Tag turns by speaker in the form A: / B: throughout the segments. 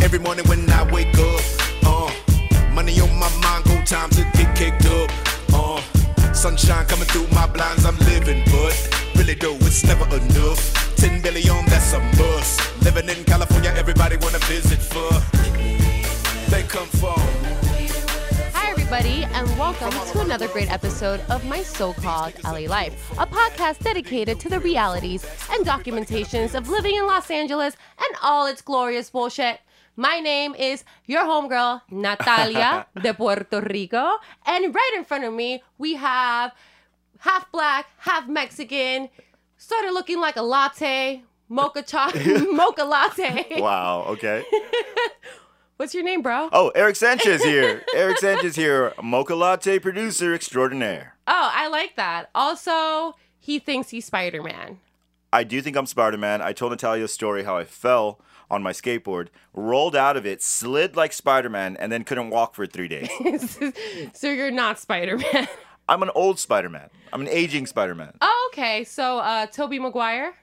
A: Every morning when I wake up, uh, money on my mind, go time to get kicked up, uh, sunshine coming through my blinds, I'm living, but really though it's never enough. Ten billion, that's a must. Living in California, everybody wanna visit for. They come for.
B: Hi, everybody, and welcome to another great episode of My So Called LA Life, a podcast dedicated to the realities and documentations of living in Los Angeles and all its glorious bullshit. My name is your homegirl, Natalia de Puerto Rico, and right in front of me, we have half black, half Mexican, sort of looking like a latte, mocha chocolate, mocha latte.
C: Wow. Okay.
B: What's your name, bro?
C: Oh, Eric Sanchez here. Eric Sanchez here, mocha latte producer extraordinaire.
B: Oh, I like that. Also, he thinks he's Spider Man.
C: I do think I'm Spider Man. I told Natalia's story how I fell on my skateboard, rolled out of it, slid like Spider Man, and then couldn't walk for three days.
B: so you're not Spider Man.
C: I'm an old Spider Man. I'm an aging Spider Man.
B: Oh, okay. So, uh, Toby Maguire.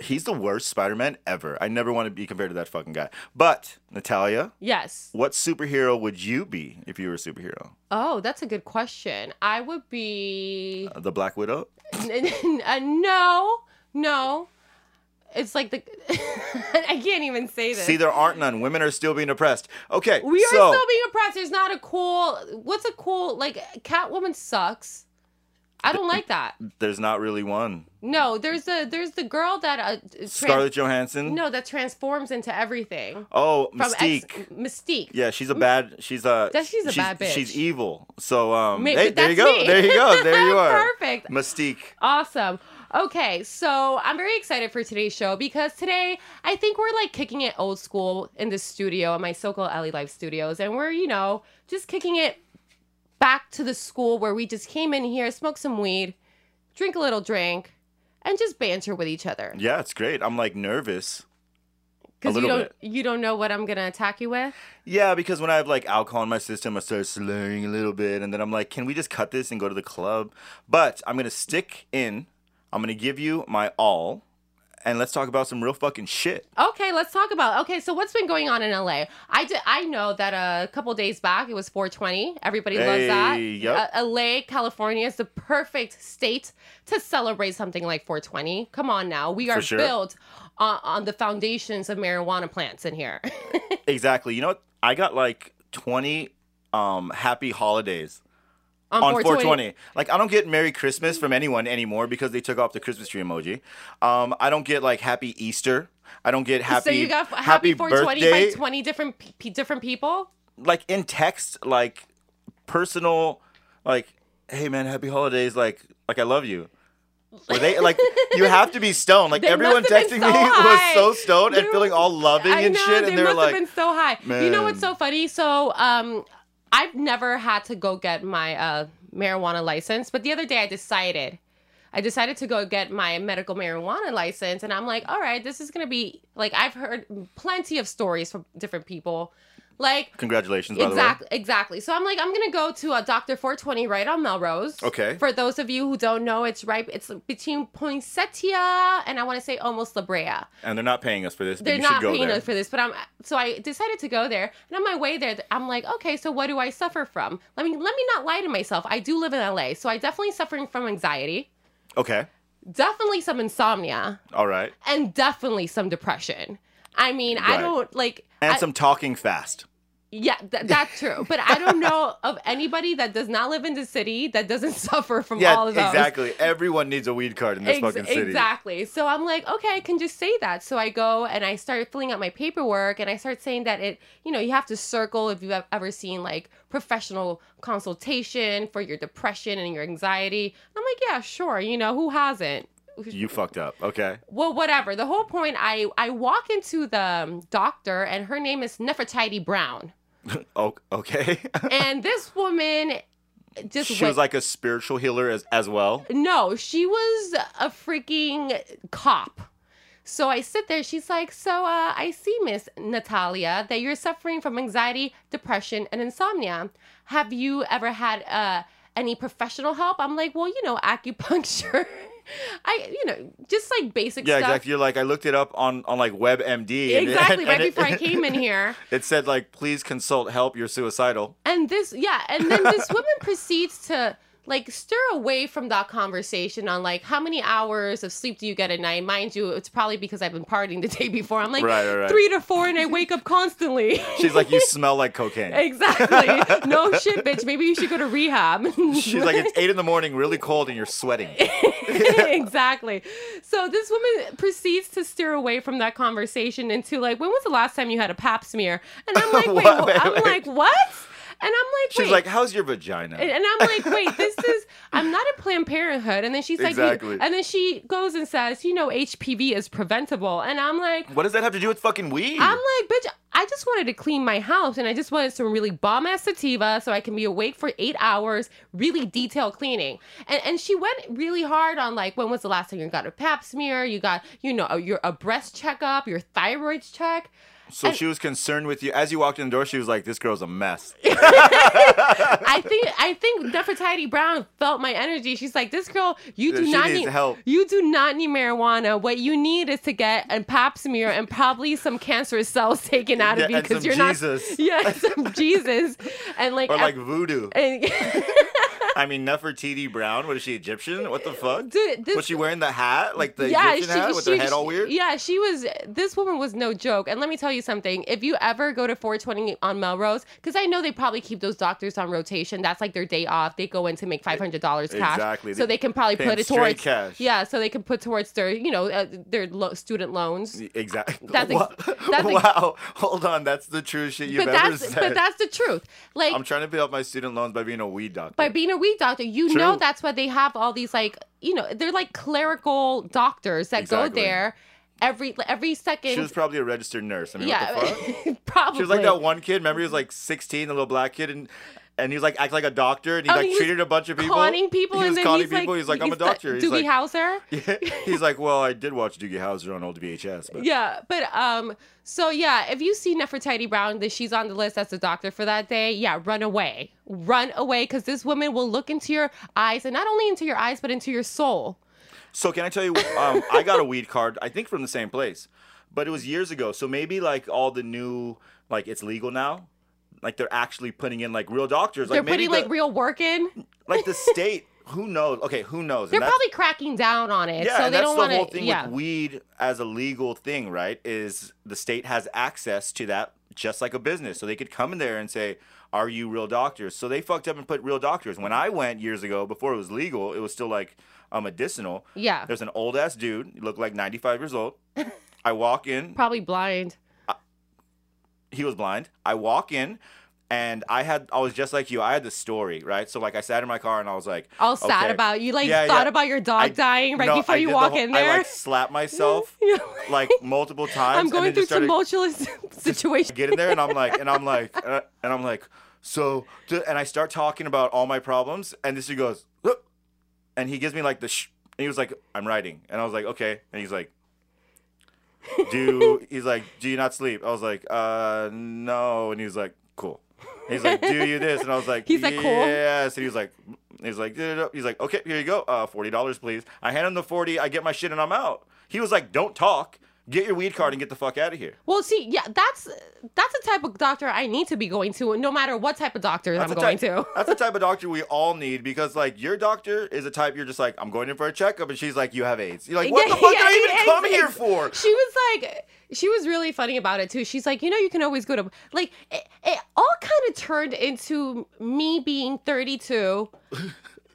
C: He's the worst Spider Man ever. I never want to be compared to that fucking guy. But, Natalia,
B: Yes.
C: what superhero would you be if you were a superhero?
B: Oh, that's a good question. I would be.
C: The Black Widow?
B: Uh, no, no. It's like the. I can't even say this.
C: See, there aren't none. Women are still being oppressed. Okay.
B: we are
C: so,
B: still being oppressed. There's not a cool. What's a cool like? Catwoman sucks. I don't like that.
C: There's not really one.
B: No, there's the there's the girl that uh, trans-
C: Scarlett Johansson.
B: No, that transforms into everything.
C: Oh,
B: From
C: Mystique.
B: X- Mystique.
C: yeah, she's a bad. She's a.
B: That- she's a bad bitch.
C: She's evil. So um.
B: Ma-
C: hey, there
B: that's
C: you go.
B: me.
C: There you go. There you are.
B: Perfect.
C: Mystique.
B: Awesome. Okay, so I'm very excited for today's show because today I think we're like kicking it old school in the studio at my SoCal Alley Life Studios, and we're you know just kicking it back to the school where we just came in here, smoked some weed, drink a little drink, and just banter with each other
C: Yeah, it's great. I'm like nervous.
B: because you
C: little
B: don't you don't know what I'm gonna attack you with.
C: Yeah, because when I have like alcohol in my system, I start slurring a little bit, and then I'm like, can we just cut this and go to the club? But I'm gonna stick in. I'm gonna give you my all, and let's talk about some real fucking shit.
B: Okay, let's talk about. Okay, so what's been going on in LA? I did. I know that a couple days back it was 420. Everybody loves
C: Hey,
B: that.
C: yep.
B: Uh, LA, California is the perfect state to celebrate something like 420. Come on now, we are
C: sure.
B: built on, on the foundations of marijuana plants in here.
C: Exactly. You know what? I got like 20 um happy holidays on 420. Like I don't get Merry Christmas from anyone anymore because they took off the Christmas tree emoji. Um, I don't get like Happy Easter. I don't get happy.
B: so you got f- happy,
C: happy,
B: 420
C: birthday.
B: by 20 different pe- pe- different people.
C: Like in text, like personal, like hey man, happy holidays. Like like I love you. Were they like you have to be stoned? Like
B: They
C: everyone
B: must have
C: texting
B: been so
C: me
B: high.
C: was so stoned and
B: They
C: feeling
B: were-
C: all loving
B: I
C: and
B: know,
C: shit,
B: They
C: and they were
B: must
C: like,
B: have been so high. You know what's
C: "Man."
B: so funny? So um, I've never had to go get my uh, marijuana license, but the other day I decided. I decided to go get my medical marijuana license, and I'm like, all right, this is gonna be like I've heard plenty of stories from different people, like
C: congratulations by the way.
B: exactly, exactly. So I'm like, I'm gonna go to a Doctor 420 right on Melrose.
C: Okay.
B: For those of you who don't know, it's right, it's between Poinsettia and I want to say almost La Brea
C: and they're not paying us for this. But
B: they're
C: you should
B: not
C: go
B: paying
C: there.
B: us for this, but I'm so I decided to go there, and on my way there, I'm like, okay, so what do I suffer from? Let me let me not lie to myself. I do live in LA, so I definitely suffering from anxiety,
C: Okay,
B: definitely some insomnia,
C: all right,
B: and definitely some depression. I mean, I
C: Right.
B: don't like
C: and
B: I-
C: some talking fast.
B: yeah, th- that's true, but I don't know of anybody that does not live in the city that doesn't suffer from
C: Yeah,
B: all of those.
C: exactly. Everyone needs a weed card in this
B: Ex-
C: fucking city.
B: Exactly. So I'm like, okay, I can just say that. So I go and I start filling out my paperwork and I start saying that it, you know, you have to circle if you've ev- ever seen like professional consultation for your depression and your anxiety. I'm like, yeah, sure. You know, who hasn't?
C: You fucked up. Okay.
B: Well, whatever. The whole point, I I walk into the um, doctor and her name is Nefertiti Brown,
C: Oh, okay.
B: and this woman just
C: she
B: went-
C: was like a spiritual healer as as well.
B: No, she was a freaking cop. So I sit there. She's like, So uh, I see, Miss Natalia, that you're suffering from anxiety, depression, and insomnia. Have you ever had uh, any professional help? I'm like, Well, you know, acupuncture. I, you know, just like basic
C: yeah,
B: stuff.
C: exactly. You're like, I looked it up on, on like WebMD. and-
B: Exactly,
C: and
B: right
C: it-
B: before I came in here.
C: It said like, please consult help. You're suicidal.
B: And this, yeah, and then this woman proceeds to like stir away from that conversation on like how many hours of sleep do you get at night? Mind you, it's probably because I've been partying the day before. I'm like
C: Right, right, right.
B: three to four, and I wake up constantly.
C: She's like, you smell like cocaine.
B: exactly. No shit, bitch. Maybe you should go to rehab.
C: She's like, it's eight in the morning, really cold, and you're sweating.
B: exactly. So this woman proceeds to steer away from that conversation into like, when was the last time you had a pap smear? And I'm like, wait,
C: Wait,
B: wha-
C: wait,
B: I'm
C: wait.
B: like, what? And I'm like,
C: She's
B: wait.
C: like, how's your vagina?
B: and, and I'm like, wait, this is I'm not at Planned Parenthood. And then she's like, you-
C: Exactly.
B: and then she goes and says, you know, HPV is preventable. And I'm like,
C: what does that have to do with fucking weed?
B: I'm like, bitch, I just wanted to clean my house and I just wanted some really bomb ass sativa so I can be awake for eight hours, really detailed cleaning. And and she went really hard on like, when was the last time you got a pap smear? You got, you know, a, your a breast checkup, your thyroid check.
C: so she was concerned with you. As you walked in the door, she was like, this girl's a mess.
B: I think I think Nefertiti Brown felt my energy. She's like, this girl, you do
C: She
B: not
C: needs
B: need
C: help.
B: You do not need marijuana. What you need is to get a pap smear and probably some cancerous cells taken out of
C: Yeah,
B: you
C: and
B: because
C: some
B: you're
C: Jesus.
B: not. Yeah, some Jesus, and like.
C: Or like
B: ev-
C: voodoo.
B: and-
C: I mean, Nefertiti Brown. What is she, Egyptian? What the fuck?
B: Dude, this-
C: was she wearing the hat? Like the Egyptian hat with her head all weird?
B: Yeah, she was. This woman was no joke. And let me tell you something. If you ever go to 420 on Melrose, because I know they probably keep those doctors on rotation. That's like their day off. They go in to make five hundred dollars cash.
C: Exactly.
B: So they can probably
C: Paying
B: put it
C: straight
B: towards
C: cash.
B: Yeah, so they can put towards their you know uh, their lo- student loans.
C: Exactly.
B: That's ex- that's ex-
C: wow. Hold on. That's the true shit you've
B: But
C: ever
B: that's
C: said.
B: but that's the truth. Like
C: I'm trying to pay off my student loans by being a weed doctor.
B: by being a weed doctor, you know
C: True.
B: that's why they have all these like you know they're like clerical doctors that go
C: Exactly.
B: there every every second.
C: she was probably a registered nurse. I mean,
B: yeah, Oh,
C: what the fuck?
B: probably.
C: She was like that one kid. Remember, he was like 16, the little black kid, and and he was like act like a doctor, and he
B: Oh,
C: like
B: he was
C: treated a bunch of people.
B: Conning people
C: He
B: and
C: was
B: then
C: conning
B: he's
C: people.
B: like,
C: he's like, I'm a
B: he's the-
C: doctor. he's
B: Doogie
C: like,
B: Hauser.
C: he's like, well, I did watch Doogie Howser on old VHS, but
B: Yeah, but um, so yeah, if you see Nefertiti Brown, that she's on the list as the doctor for that day, yeah, run away, run away, because this woman will look into your eyes, and not only into your eyes, but into your soul.
C: So can I tell you? Um, I got a weed card. I think from the same place, but it was years ago. So maybe like all the new, like it's legal now. Like they're actually putting in like real doctors.
B: They're
C: like maybe
B: putting
C: the,
B: like real work in.
C: like the state. Who knows? Okay, who knows?
B: They're
C: and that's,
B: probably cracking down on it,
C: yeah.
B: so
C: and
B: they
C: that's
B: don't
C: the
B: want
C: whole
B: to.
C: thing
B: Yeah,
C: with weed as a legal thing, right? Is the state has access to that just like a business, so they could come in there and say, "Are you real doctors?" So they fucked up and put real doctors. When I went years ago, before it was legal, it was still like uh, medicinal.
B: yeah,
C: There's an old ass dude. He looked like 95 years old. I walk in.
B: probably blind.
C: He was blind. I walk in, and I had I was just like you. I had the story right. So like I sat in my car and I was like
B: All sad
C: okay.
B: about you, like
C: Yeah,
B: thought
C: yeah.
B: about your dog
C: I-
B: dying right
C: No,
B: before
C: I
B: you
C: did the
B: walk
C: whole-
B: in
C: I
B: there.
C: like slapped myself
B: You're
C: like multiple times.
B: I'm going
C: and it
B: through
C: just started-
B: tumultuous situations.
C: get in there and I'm like and I'm like uh, and I'm like so d- and I start talking about all my problems and this dude goes "Look," and he gives me like the sh- and he was like I'm writing and I was like okay and he's like do you-" he's like do you not sleep I was like uh no and he was like cool And he's like do you this and I was like
B: He's like, "Cool."
C: yes and he was like he's like "Da-da-da." he's like okay here you go uh forty dollars please I hand him the forty I get my shit and I'm out he was like don't talk get your weed card and get the fuck out of here
B: Well, see, yeah, that's that's the type of doctor I need to be going to, no matter what type of doctor I'm
C: the
B: going
C: type-
B: to.
C: That's the type of doctor we all need because, like, your doctor is a type you're just like, I'm going in for a checkup, and she's like, you have AIDS. You're like, what
B: Yeah,
C: the fuck
B: yeah,
C: did I
B: yeah,
C: even come
B: ex-
C: here
B: ex-
C: for?
B: She was like, she was really funny about it too. She's like, you know, you can always go to like it, it all kind of turned into me being 32,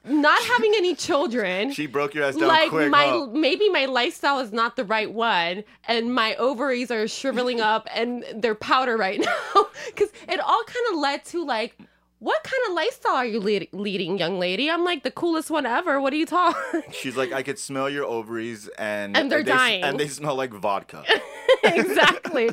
B: not having any children.
C: She broke your ass down
B: like
C: quick.
B: my
C: huh?
B: maybe my lifestyle is not the right one and my ovaries are shriveling up and they're powder right now because it all kind of led to like what kind of lifestyle are you lead- leading young lady i'm like the coolest one ever what are you talking
C: She's like, I could smell your ovaries, and
B: And they're
C: they s-
B: dying.
C: and they smell like vodka.
B: exactly.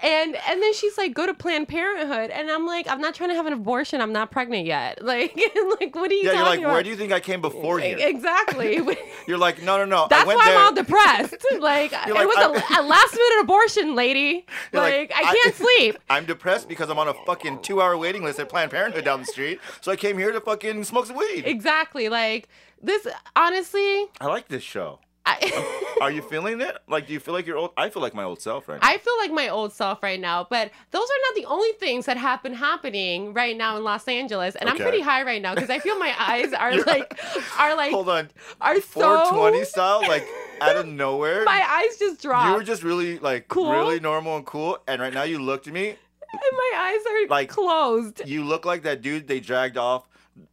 B: And and then she's like, go to Planned Parenthood, and I'm like, I'm not trying to have an abortion. I'm not pregnant yet. Like, like what are you? talking
C: Yeah, you're like,
B: about?
C: where do you think I came before here?
B: Exactly.
C: You're like, no, no, no. I
B: That's why
C: went there.
B: I'm all depressed. Like,
C: You're
B: it
C: like,
B: was a a last minute abortion, lady.
C: You're
B: Like, I can't sleep.
C: I'm depressed because I'm on a fucking two-hour waiting list at Planned Parenthood down the street. So I came here to fucking smoke some weed.
B: Exactly. Like this. Honestly,
C: I like this show.
B: I.
C: Are you feeling it? Like, do you feel like your old? I feel like my old self right now.
B: I feel like my old self right now, but those are not the only things that have been happening right now in Los Angeles. And I'm
C: Okay.
B: pretty high right now because I feel my eyes are
C: You're-
B: like are like
C: Hold on,
B: are so
C: 420 style, like out of nowhere.
B: my eyes just dropped.
C: you were just really like
B: Cool.
C: really normal and cool, and right now you looked at me.
B: and my eyes are
C: like-
B: like closed.
C: You look like that dude they dragged off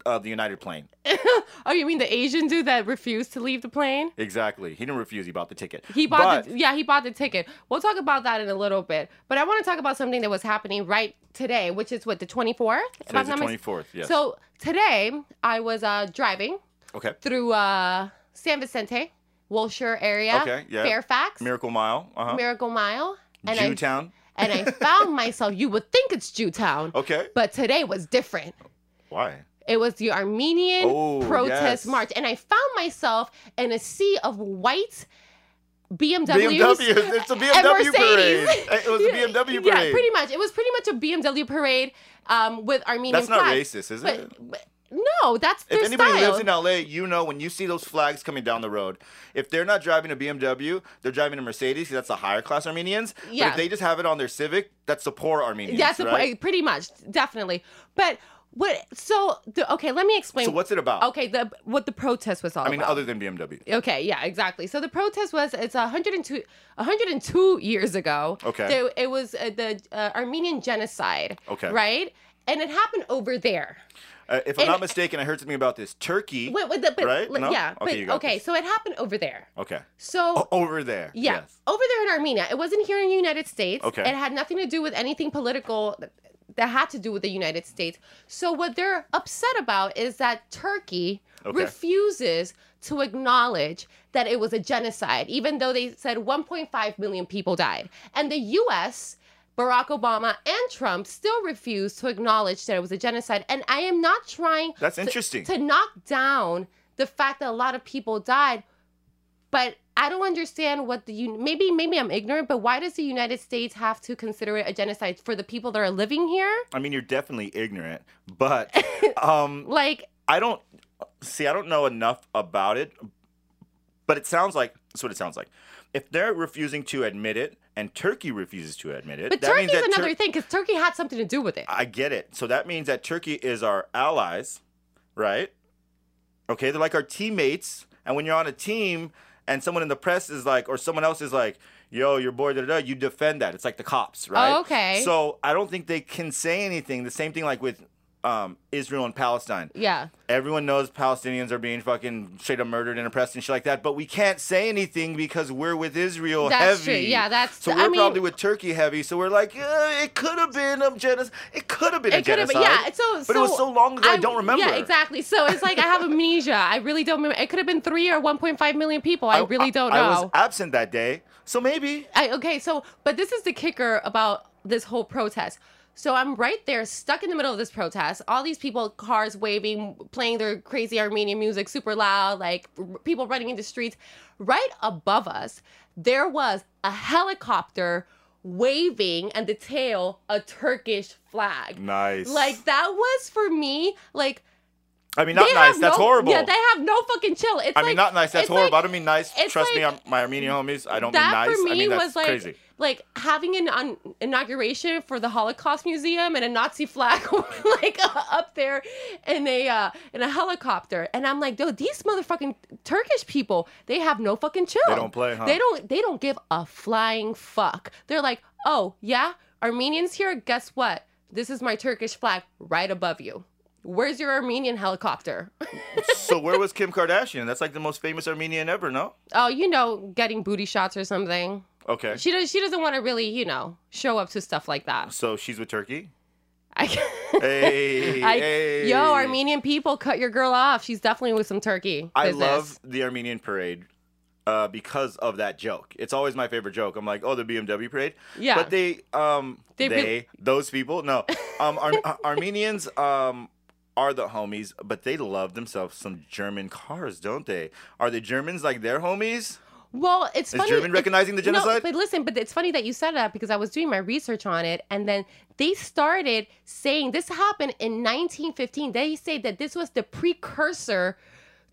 C: uh, the United plane.
B: Oh, you mean the Asian dude that refused to leave the plane?
C: Exactly. He didn't refuse. He bought the ticket.
B: He bought
C: But-
B: the, yeah, he bought the ticket. We'll talk about that in a little bit. But I want to talk about something that was happening right today, which is what the 24th. If I'm
C: Today's the
B: not mis-
C: 24th. Yes.
B: So today I was uh driving
C: okay.
B: through uh, San Vicente, Wilshire area,
C: Okay, yeah.
B: Fairfax,
C: Miracle Mile. Uh huh.
B: Miracle Mile, and I
C: Jewtown.
B: and I found myself. You would think it's Jewtown,
C: Okay.
B: but today was different.
C: Why?
B: It was the Armenian
C: Oh,
B: protest
C: yes.
B: march, and I found myself in a sea of white BMWs.
C: BMWs. It's a BMW parade.
B: Mercedes.
C: It was a BMW parade.
B: Yeah, pretty much. It was pretty much a BMW parade um, with Armenian
C: That's not
B: flags.
C: racist, is it?
B: But, but- no, that's
C: If
B: their
C: anybody
B: style.
C: lives in LA, you know when you see those flags coming down the road, if they're not driving a BMW, they're driving a Mercedes. 'cause That's the higher class Armenians. But
B: Yeah.
C: if they just have it on their Civic, that's the poor Armenians.
B: That's the
C: right?
B: point. Pretty much, definitely. But what? So the, okay, let me explain.
C: So what's it about?
B: Okay, the what the protest was all
C: I mean,
B: about.
C: other than BMW.
B: Okay, yeah, exactly. So the protest was it's 102 102 years ago.
C: Okay.
B: There- it was uh, the uh, Armenian genocide.
C: Okay.
B: Right, and it happened over there.
C: Uh, if I'm
B: And-
C: not mistaken, I heard something about this. Turkey.
B: Wait, wait, the, but,
C: Right?
B: li-
C: No?
B: Yeah.
C: Okay, you
B: but,
C: got
B: okay.
C: this. Oh,
B: So it happened over there.
C: Okay.
B: So.
C: O- over there.
B: Yeah,
C: Yes.
B: over there in Armenia. It wasn't here in the United States.
C: Okay.
B: It had nothing to do with anything political th- that had to do with the United States. So what they're upset about is that Turkey
C: Okay.
B: refuses to acknowledge that it was a genocide, even though they said 1.5 million people died. And the U.S. Barack Obama and Trump still refuse to acknowledge that it was a genocide. And I am not trying
C: That's
B: to-
C: interesting.
B: to knock down the fact that a lot of people died but I don't understand what the un- maybe maybe I'm ignorant, but why does the United States have to consider it a genocide for the people that are living here?
C: I mean, you're definitely ignorant, but um,
B: Like,
C: I don't see. I don't know enough about it, but it sounds like that's what it sounds like. If they're refusing to admit it, and Turkey refuses to admit it,
B: but
C: that
B: Turkey's
C: means that Tur- Uh,
B: another thing because Turkey had something to do with it.
C: I get it. So that means that Turkey is our allies, right? Okay, they're like our teammates. And when you're on a team and someone in the press is like, or someone else is like, yo, you're bored, da, da, da, you defend that. It's like the cops, right?
B: okay.
C: So I don't think they can say anything. The same thing like with um, Israel and Palestine.
B: yeah,
C: Everyone knows Palestinians are being fucking straight up murdered and oppressed and shit like that, but we can't say anything because we're with Israel
B: That's
C: heavy.
B: true. Yeah, that's-
C: so
B: I
C: we're
B: mean-
C: probably with Turkey heavy. So we're like, uh, it could have been a genocide. It could have been a
B: it could have. been
C: genocide.
B: Yeah, it's so.
C: but it was so long ago. I, don't remember.
B: Yeah, exactly. So it's like I have amnesia. I really don't remember. It could have been three or 1.5 million people. I, really don't know.
C: I was absent that day, so maybe.
B: I okay, so but this is the kicker about this whole protest. So I'm right there, stuck in the middle of this protest. All these people, cars waving, playing their crazy Armenian music, super loud, like r- people running in the streets. Right above us, there was a helicopter waving and the tail a Turkish flag.
C: Nice.
B: Like that was for me, like
C: I mean, not
B: they
C: nice.
B: have
C: That's
B: no,
C: horrible.
B: Yeah, they have no fucking chill. It's
C: I
B: like,
C: mean, not nice. That's
B: it's
C: horrible.
B: like-
C: I don't mean nice.
B: it's
C: Trust me,
B: like-
C: I'm, my Armenian homies. I don't mean
B: that
C: nice.
B: for me
C: I mean, that's
B: was like
C: crazy.
B: like having an un- inauguration for the Holocaust Museum and a Nazi flag like uh, up there in a uh, in a helicopter, and I'm like, dude, these motherfucking Turkish people, they have no fucking chill.
C: They don't play, huh?
B: They don't. They don't give a flying fuck. They're like, oh yeah, Armenians here. Guess what? This is my Turkish flag right above you. Where's your Armenian helicopter?
C: so where was Kim Kardashian? That's like the most famous Armenian ever, no?
B: oh, you know, getting booty shots or something.
C: Okay.
B: She does. She doesn't want to really, you know, show up to stuff like that.
C: So she's with Turkey.
B: I,
C: Hey,
B: I,
C: hey.
B: Yo, Armenian people, cut your girl off. She's definitely with some turkey.
C: I
B: business.
C: love the Armenian parade. uh, because of that joke. It's always my favorite joke. I'm like, oh, the BMW parade.
B: Yeah.
C: But they, um,
B: They
C: they,
B: really-
C: those people, no, um, Ar- Ar- Armenians, um, are the homies, but they love themselves some German cars, don't they? Are the Germans like their homies?
B: Well, it's
C: Is
B: funny.
C: German
B: it-
C: recognizing the
B: No,
C: genocide?
B: but listen, but it's funny that you said that because I was doing my research on it, and then they started saying this happened in 1915. They say that this was the precursor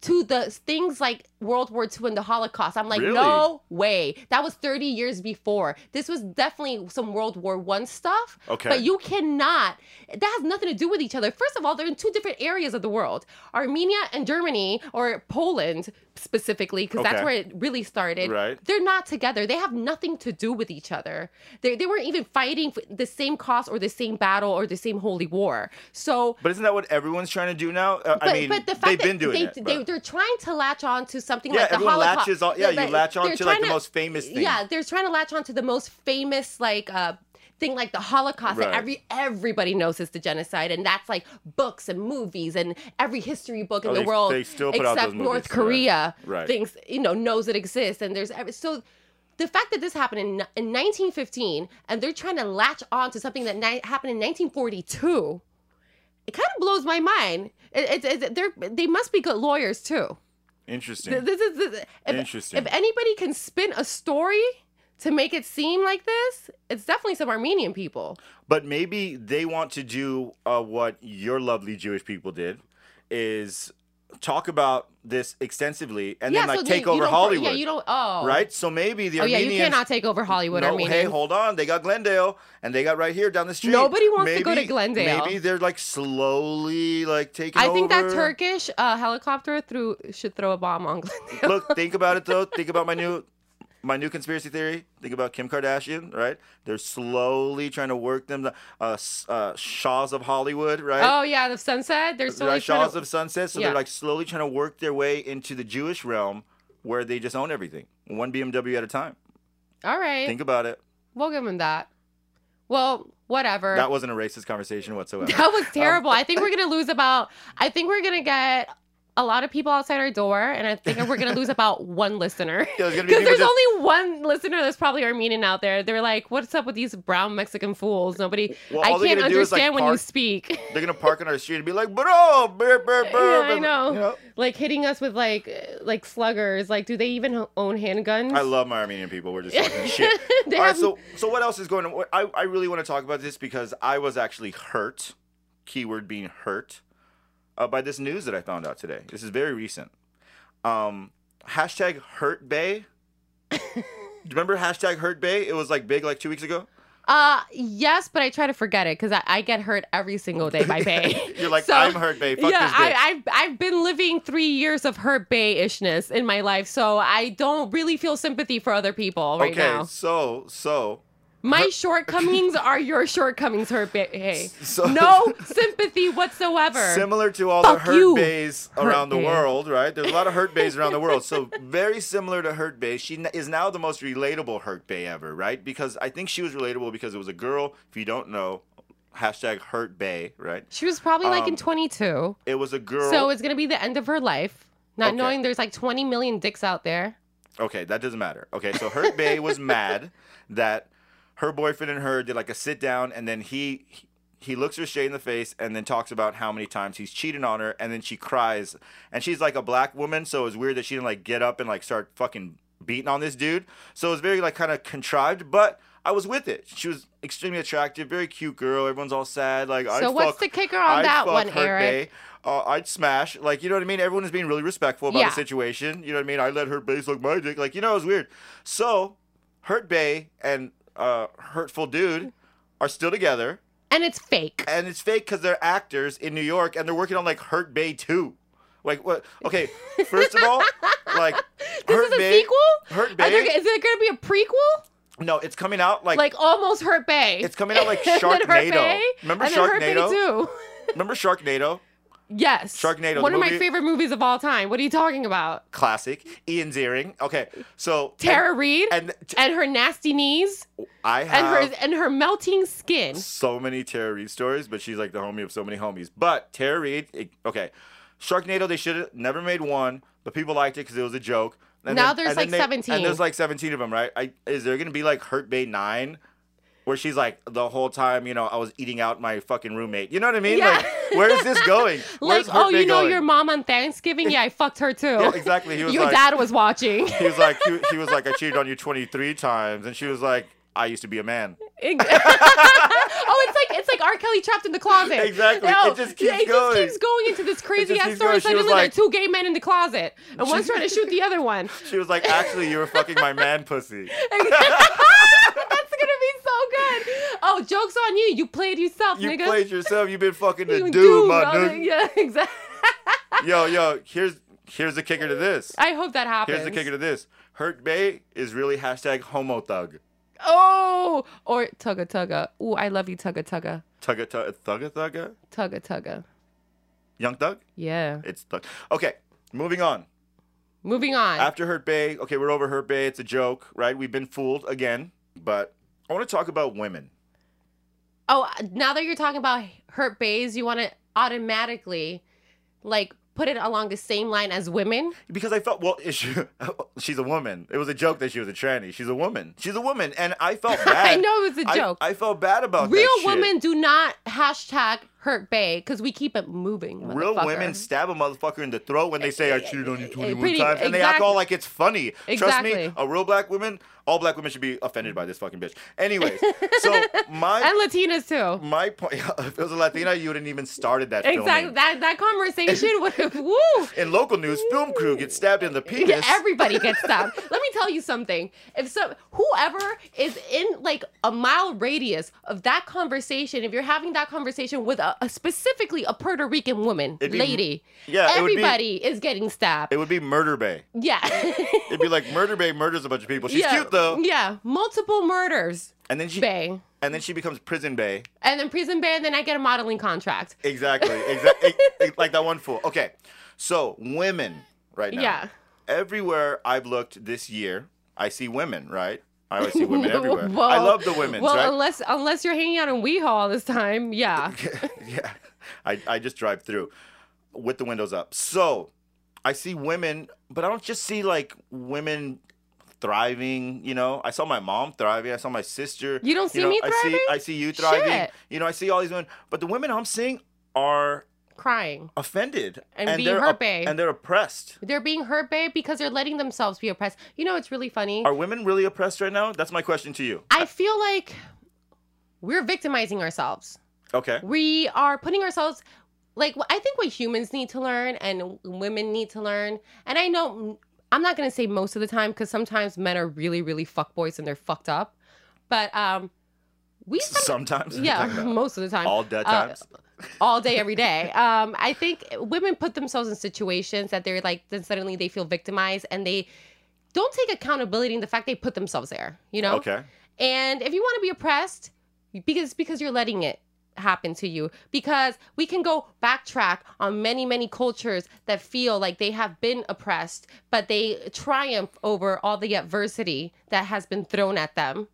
B: to the things like World War II and the Holocaust. I'm like,
C: Really?
B: no way. That was 30 years before. This was definitely some World War One stuff.
C: Okay.
B: But you cannot. That has nothing to do with each other. First of all, they're in two different areas of the world: Armenia and Germany, or Poland specifically, because that's
C: Okay.
B: where it really started.
C: Right.
B: They're not together. They have nothing to do with each other. They, they weren't even fighting for the same cause or the same battle or the same holy war. So,
C: But isn't that what everyone's trying to do now? Uh, I mean, they've been doing
B: they,
C: it. but-
B: they, they're trying to latch on to something
C: Yeah,
B: like the
C: everyone
B: Holocaust.
C: latches on- yeah, you
B: Like,
C: latch on
B: they're
C: to, like,
B: trying
C: the most famous thing.
B: Yeah, they're trying to latch on to the most famous like uh, thing, like the Holocaust. That
C: Right.
B: every everybody knows is the genocide, and that's like books and movies and every history book in
C: Oh,
B: the
C: they-
B: world,
C: they still put out
B: except
C: those
B: North
C: movies, right.
B: Korea,
C: Right.
B: thinks you know knows it exists, and there's every- so. The fact that this happened in, in 1915 and they're trying to latch on to something that ni- happened in 1942 it kind of blows my mind. It, it, it, they're, they must be good lawyers too.
C: Interesting.
B: Th- This is this, if,
C: Interesting.
B: If anybody can spin a story to make it seem like this, it's definitely some Armenian people.
C: but maybe they want to do uh, what your lovely Jewish people did, is talk about this extensively and then like
B: so
C: take
B: you- you
C: over
B: don't-
C: Hollywood,
B: Yeah, you don't. Oh,
C: right? So maybe the
B: Oh yeah,
C: Armenians.
B: you cannot take over Hollywood,
C: no,
B: Armenians.
C: hey, hold on. They got Glendale, and they got right here down the street.
B: Nobody wants to go to Glendale.
C: Maybe they're like slowly like taking.
B: I think that
C: over.
B: Turkish uh, helicopter threw should throw a bomb on Glendale.
C: Look, think about it though. Think about my new my new conspiracy theory. Think about Kim Kardashian, right? They're slowly trying to work them the uh, s- uh, Shaws of Hollywood, right?
B: Oh yeah, the sunset. They're still
C: right,
B: trying
C: Shaws
B: to,
C: of Sunset. So
B: Yeah.
C: they're like slowly trying to work their way into the Jewish realm where they just own everything, one BMW at a time.
B: All right,
C: Think about it.
B: we'll give him that. Well, whatever.
C: That Um, wasn't a racist conversation whatsoever.
B: That was terrible. I think we're gonna lose about. I think we're gonna get a lot of people outside our door, and I think we're gonna lose about one listener.
C: There's gonna be
B: Because
C: people
B: there's
C: just-
B: only one listener that's probably Armenian out there. They're like, "What's up with these brown Mexican fools? Nobody,
C: Well,
B: I
C: all they're
B: can't
C: gonna do is, like,
B: understand when you
C: park-
B: speak."
C: They're gonna park on our street and be like, "Bro, burr, burr, burr,"
B: Yeah, I
C: you
B: know. Like hitting us with like uh, like sluggers. Like, do they even own handguns?
C: I love my Armenian people. We're just fucking shit.
B: They
C: All right,
B: have-
C: so so what else is going on? I, I really want to talk about this because I was actually hurt, keyword being hurt, uh, by this news that I found out today. This is very recent. Um, hashtag hurt bay. Remember hashtag hurt bay? It was like big like two weeks ago.
B: Uh, yes, but I try to forget it because I, I get hurt every single day by Bay.
C: You're like, "I'm hurt, bae. Fuck
B: yeah,
C: this bitch."
B: I, I've I've been living three years of hurt Bay ishness in my life, so I don't really feel sympathy for other people right
C: okay,
B: now.
C: so so
B: My shortcomings are your shortcomings, hurt Bay.
C: So-
B: no sympathy whatsoever.
C: Similar to all
B: Fuck
C: the hurt
B: you,
C: bays
B: hurt
C: around the
B: bay.
C: world, right? There's a lot of hurt bays around the world. So very similar to hurt bay, she n- is now the most relatable hurt bay ever, right? Because I think she was relatable because it was a girl. If you don't know, hashtag hurt bay, right?
B: she was probably like in 22,
C: It was a Um, girl.
B: so it's gonna be the end of her life. Not
C: Okay.
B: knowing there's like 20 million dicks out there.
C: Okay, that doesn't matter. Okay, so Hurt Bay was mad that her boyfriend and her did like a sit down, and then he he looks her straight in the face, and then talks about how many times he's cheated on her, and then she cries, and she's like a black woman, so it's weird that she didn't like get up and like start fucking beating on this dude. So it's very like kind of contrived, but. I was with it. She was extremely attractive, very cute girl. Everyone's all sad. Like,
B: So
C: I'd
B: what's
C: fuck-
B: the kicker on
C: I'd
B: that
C: fuck
B: one,
C: Hurt
B: Eric?
C: Bay. Uh, I'd smash. Like, you know what I mean? Everyone is being really respectful about
B: Yeah.
C: the situation. You know what I mean? I let Hurt Bay suck my dick. Like, you know, it was weird. So, Hurt Bay and uh, Hurtful Dude are still together.
B: And it's fake.
C: And it's fake because they're actors in New York and they're working on, like, Hurt Bay 2. Like, what? Okay, first of all, like,
B: This
C: Hurt
B: is a
C: Bay.
B: sequel?
C: Hurt
B: Are
C: Bay.
B: there, is there going to be a prequel?
C: no, it's coming out like.
B: Like almost Hurt Bay.
C: It's coming out like
B: And then Hurt
C: Sharknado.
B: Bay,
C: Remember
B: and then Hurt Bay
C: Sharknado?
B: too.
C: Remember Sharknado?
B: Yes.
C: Sharknado, the
B: One of my
C: movie-
B: favorite movies of all time. What are you talking about?
C: Classic. Ian Ziering. Okay, so.
B: Tara Reid and,
C: And,
B: her nasty knees
C: I have.
B: and her and her melting skin.
C: so many Tara Reid stories, but she's like the homie of so many homies. But Tara Reid, it- okay, Sharknado, they should have never made one, but people liked it because it was a joke. And
B: Now there's
C: and then
B: like
C: they-
B: 17.
C: And there's like 17 of them, right? I, is there gonna be like Hurt Bay Nine, where she's like the whole time, you know, I was eating out my fucking roommate. You know what I mean?
B: Yeah.
C: Like, where is this going?
B: Like,
C: Where's Hurt
B: oh, you
C: Bay
B: know
C: going?
B: your mom on Thanksgiving? Yeah, I fucked her too.
C: Yeah, exactly. He was
B: Your
C: like-
B: dad was watching.
C: He was like, he, he was like, I cheated on you 23 times, and she was like, I used to be a man.
B: Ex- oh, it's like it's like R. Kelly trapped in the closet.
C: Exactly.
B: No,
C: It just keeps
B: yeah, it
C: going.
B: keeps going into this crazy ass
C: keeps
B: story.
C: going. She was
B: Suddenly,
C: like-
B: there are two gay men in the closet, and one's trying to shoot the other one.
C: She was like, actually, you were fucking my man pussy.
B: That's gonna be so good. Oh, jokes on you. You played yourself,
C: You
B: nigga.
C: played yourself. You've been fucking the
B: You
C: dude,
B: dude,
C: my
B: brother.
C: dude.
B: Yeah, exactly.
C: Yo, yo, here's here's the kicker to this.
B: I hope that happens.
C: Here's the kicker to this. Hurt Bay is really hashtag homo thug.
B: Oh, or tugga tugga. Ooh, I love you, tugga tugga,
C: Tugga tugga thugga thugga?
B: tugga tugga.
C: Young thug?
B: Yeah.
C: It's thug. Okay, moving on.
B: Moving on.
C: After Hurt Bay, okay, we're over Hurt Bay. It's a joke, right? We've been fooled again. But I want to talk about women.
B: Oh, now that you're talking about hurt bays, you want to automatically like put it along the same line as women.
C: Because I felt, well, is she, she's a woman. It was a joke that she was a tranny. She's a woman. She's a woman. And I felt bad.
B: I know it was a
C: I-
B: joke.
C: I, felt bad about that
B: Real
C: shit.
B: women do not hashtag hurt bay because we keep it moving.
C: Real
B: motherfucker. Eh,
C: women stab a motherfucker in the throat when they say I cheated on you 21
B: pretty-
C: times, and they act
B: exactly.
C: all like it's funny.
B: Exactly.
C: Trust me, a real black woman, all black women should be offended by this fucking bitch. Anyways, so my
B: and Latinas too.
C: my point, if it was a Latina, you wouldn't even started that.
B: Exactly.
C: Filming.
B: That that conversation would have woo.
C: In local news, film crew gets stabbed in the penis.
B: Yeah, everybody gets stabbed. Let me tell you something. If so, whoever is in like a mile radius of that conversation, if you're having that conversation with a, a- specifically a Puerto Rican woman,
C: It'd be-
B: lady,
C: Yeah, it would be-
B: everybody is getting stabbed.
C: it would be Murder Bay.
B: yeah,
C: It'd be like Murder Bay murders a bunch of people. She's
B: yeah,
C: cute though,
B: Yeah, multiple murders,
C: and then she
B: bay,
C: and then she becomes Prison Bay.
B: and then prison bay, and then I get a modeling contract.
C: Exactly. Exactly. like that one fool. Okay. So women right now.
B: Yeah.
C: Everywhere I've looked this year, I see women, right? I always see women everywhere.
B: Whoa.
C: I love the women,
B: Well,
C: right?
B: unless unless you're hanging out in WeHo all this time, yeah.
C: yeah. I, I just drive through with the windows up. So I see women, but I don't just see like women thriving, you know. I saw my mom thriving, I saw my sister.
B: You don't see
C: know,
B: me
C: I see
B: thriving?
C: I see you thriving.
B: Shit.
C: You know, I see all these women, but the women I'm seeing are
B: Crying.
C: offended
B: And being
C: they're
B: hurt
C: op-
B: by.
C: and they're oppressed.
B: They're being hurt, babe, because they're letting themselves be oppressed. You know, it's really funny.
C: Are women really oppressed right now? That's my question to you.
B: I feel like we're victimizing ourselves.
C: Okay.
B: We are putting ourselves like I think what humans need to learn and women need to learn. And I know I'm not going to say most of the time cuz sometimes men are really really fuckboys and they're fucked up. But um we some-
C: Sometimes.
B: yeah,
C: Talking about
B: most of the time.
C: All dead
B: Uh,
C: times.
B: all day, every day. Um, I think women put themselves in situations that they're like, then suddenly they feel victimized and they don't take accountability in the fact they put themselves there, you know?
C: okay.
B: And if you want to be oppressed, because because you're letting it happen to you, because we can go backtrack on many many cultures that feel like they have been oppressed, but they triumph over all the adversity that has been thrown at them.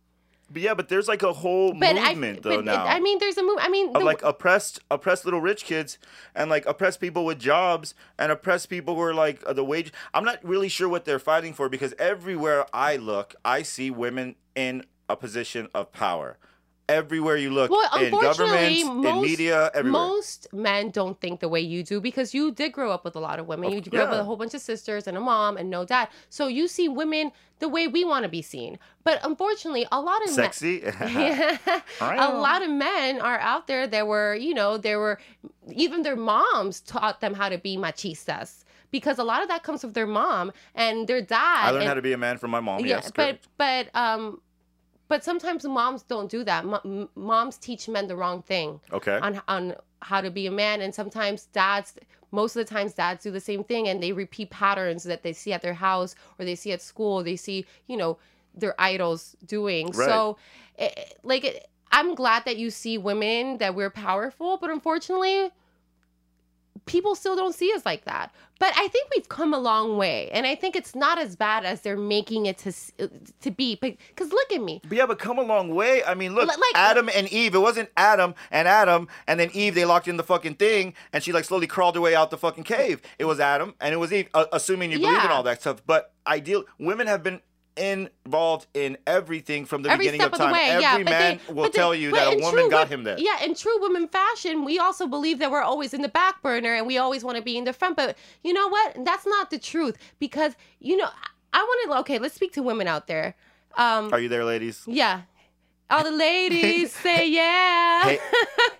C: But yeah, but there's like a whole
B: But
C: movement
B: I,
C: though
B: but
C: now.
B: I mean, there's a movement. I mean,
C: of
B: the-
C: like oppressed oppressed little rich kids and like oppressed people with jobs and oppressed people who are like uh, the wage I'm not really sure what they're fighting for because everywhere I look, I see women in a position of power. Everywhere you look
B: Well,
C: in
B: unfortunately,
C: government, in
B: most-
C: media, everywhere.
B: Most men don't think the way you do because you did grow up with a lot of women.
C: Of-
B: You grew up with
C: yeah.
B: a whole bunch of sisters and a mom and no dad. So you see women the way we want to be seen. But unfortunately, a lot of
C: Sexy.
B: men.
C: Right.
B: a lot of men are out there that were, you know, there were even their moms taught them how to be machistas because a lot of that comes with their mom and their dad.
C: I learned
B: and-
C: how to be a man from my mom.
B: yeah,
C: yes,
B: but
C: correct.
B: but um, but sometimes moms don't do that. Mo- m- moms teach men the wrong thing
C: okay.
B: on on how to be a man, and sometimes dads. Most of the times, dads do the same thing, and they repeat patterns that they see at their house or they see at school. They see, you know, their idols doing. So, it, it- like, eh, it, I'm glad that you see women that we're powerful, but unfortunately, people still don't see us like that. But I think we've come a long way, and I think it's not as bad as they're making it to s- eh, to be. Because look at me.
C: But yeah, but come a long way. I mean, look,
B: Like-
C: Adam and Eve. It wasn't Adam and Adam, and then Eve. They locked in the fucking thing, and she like slowly crawled her way out the fucking cave. It was Adam, and it was Eve. Uh, assuming you believe in
B: Yeah.
C: all that stuff, but ideal women have been involved in everything from the
B: Every
C: beginning
B: step
C: of
B: of the
C: time.
B: way,
C: Every
B: yeah. but
C: man
B: they-
C: will
B: but they-
C: tell you
B: but
C: that a
B: in
C: woman
B: true
C: got
B: wo-
C: him there.
B: Yeah, in true women fashion, we also believe that we're always in the back burner and we always want to be in the front. But you know what? That's not the truth because you know I- I want to. Okay, let's speak to women out there. Um,
C: Are you there, ladies?
B: yeah, all the ladies say yeah.
C: Hey,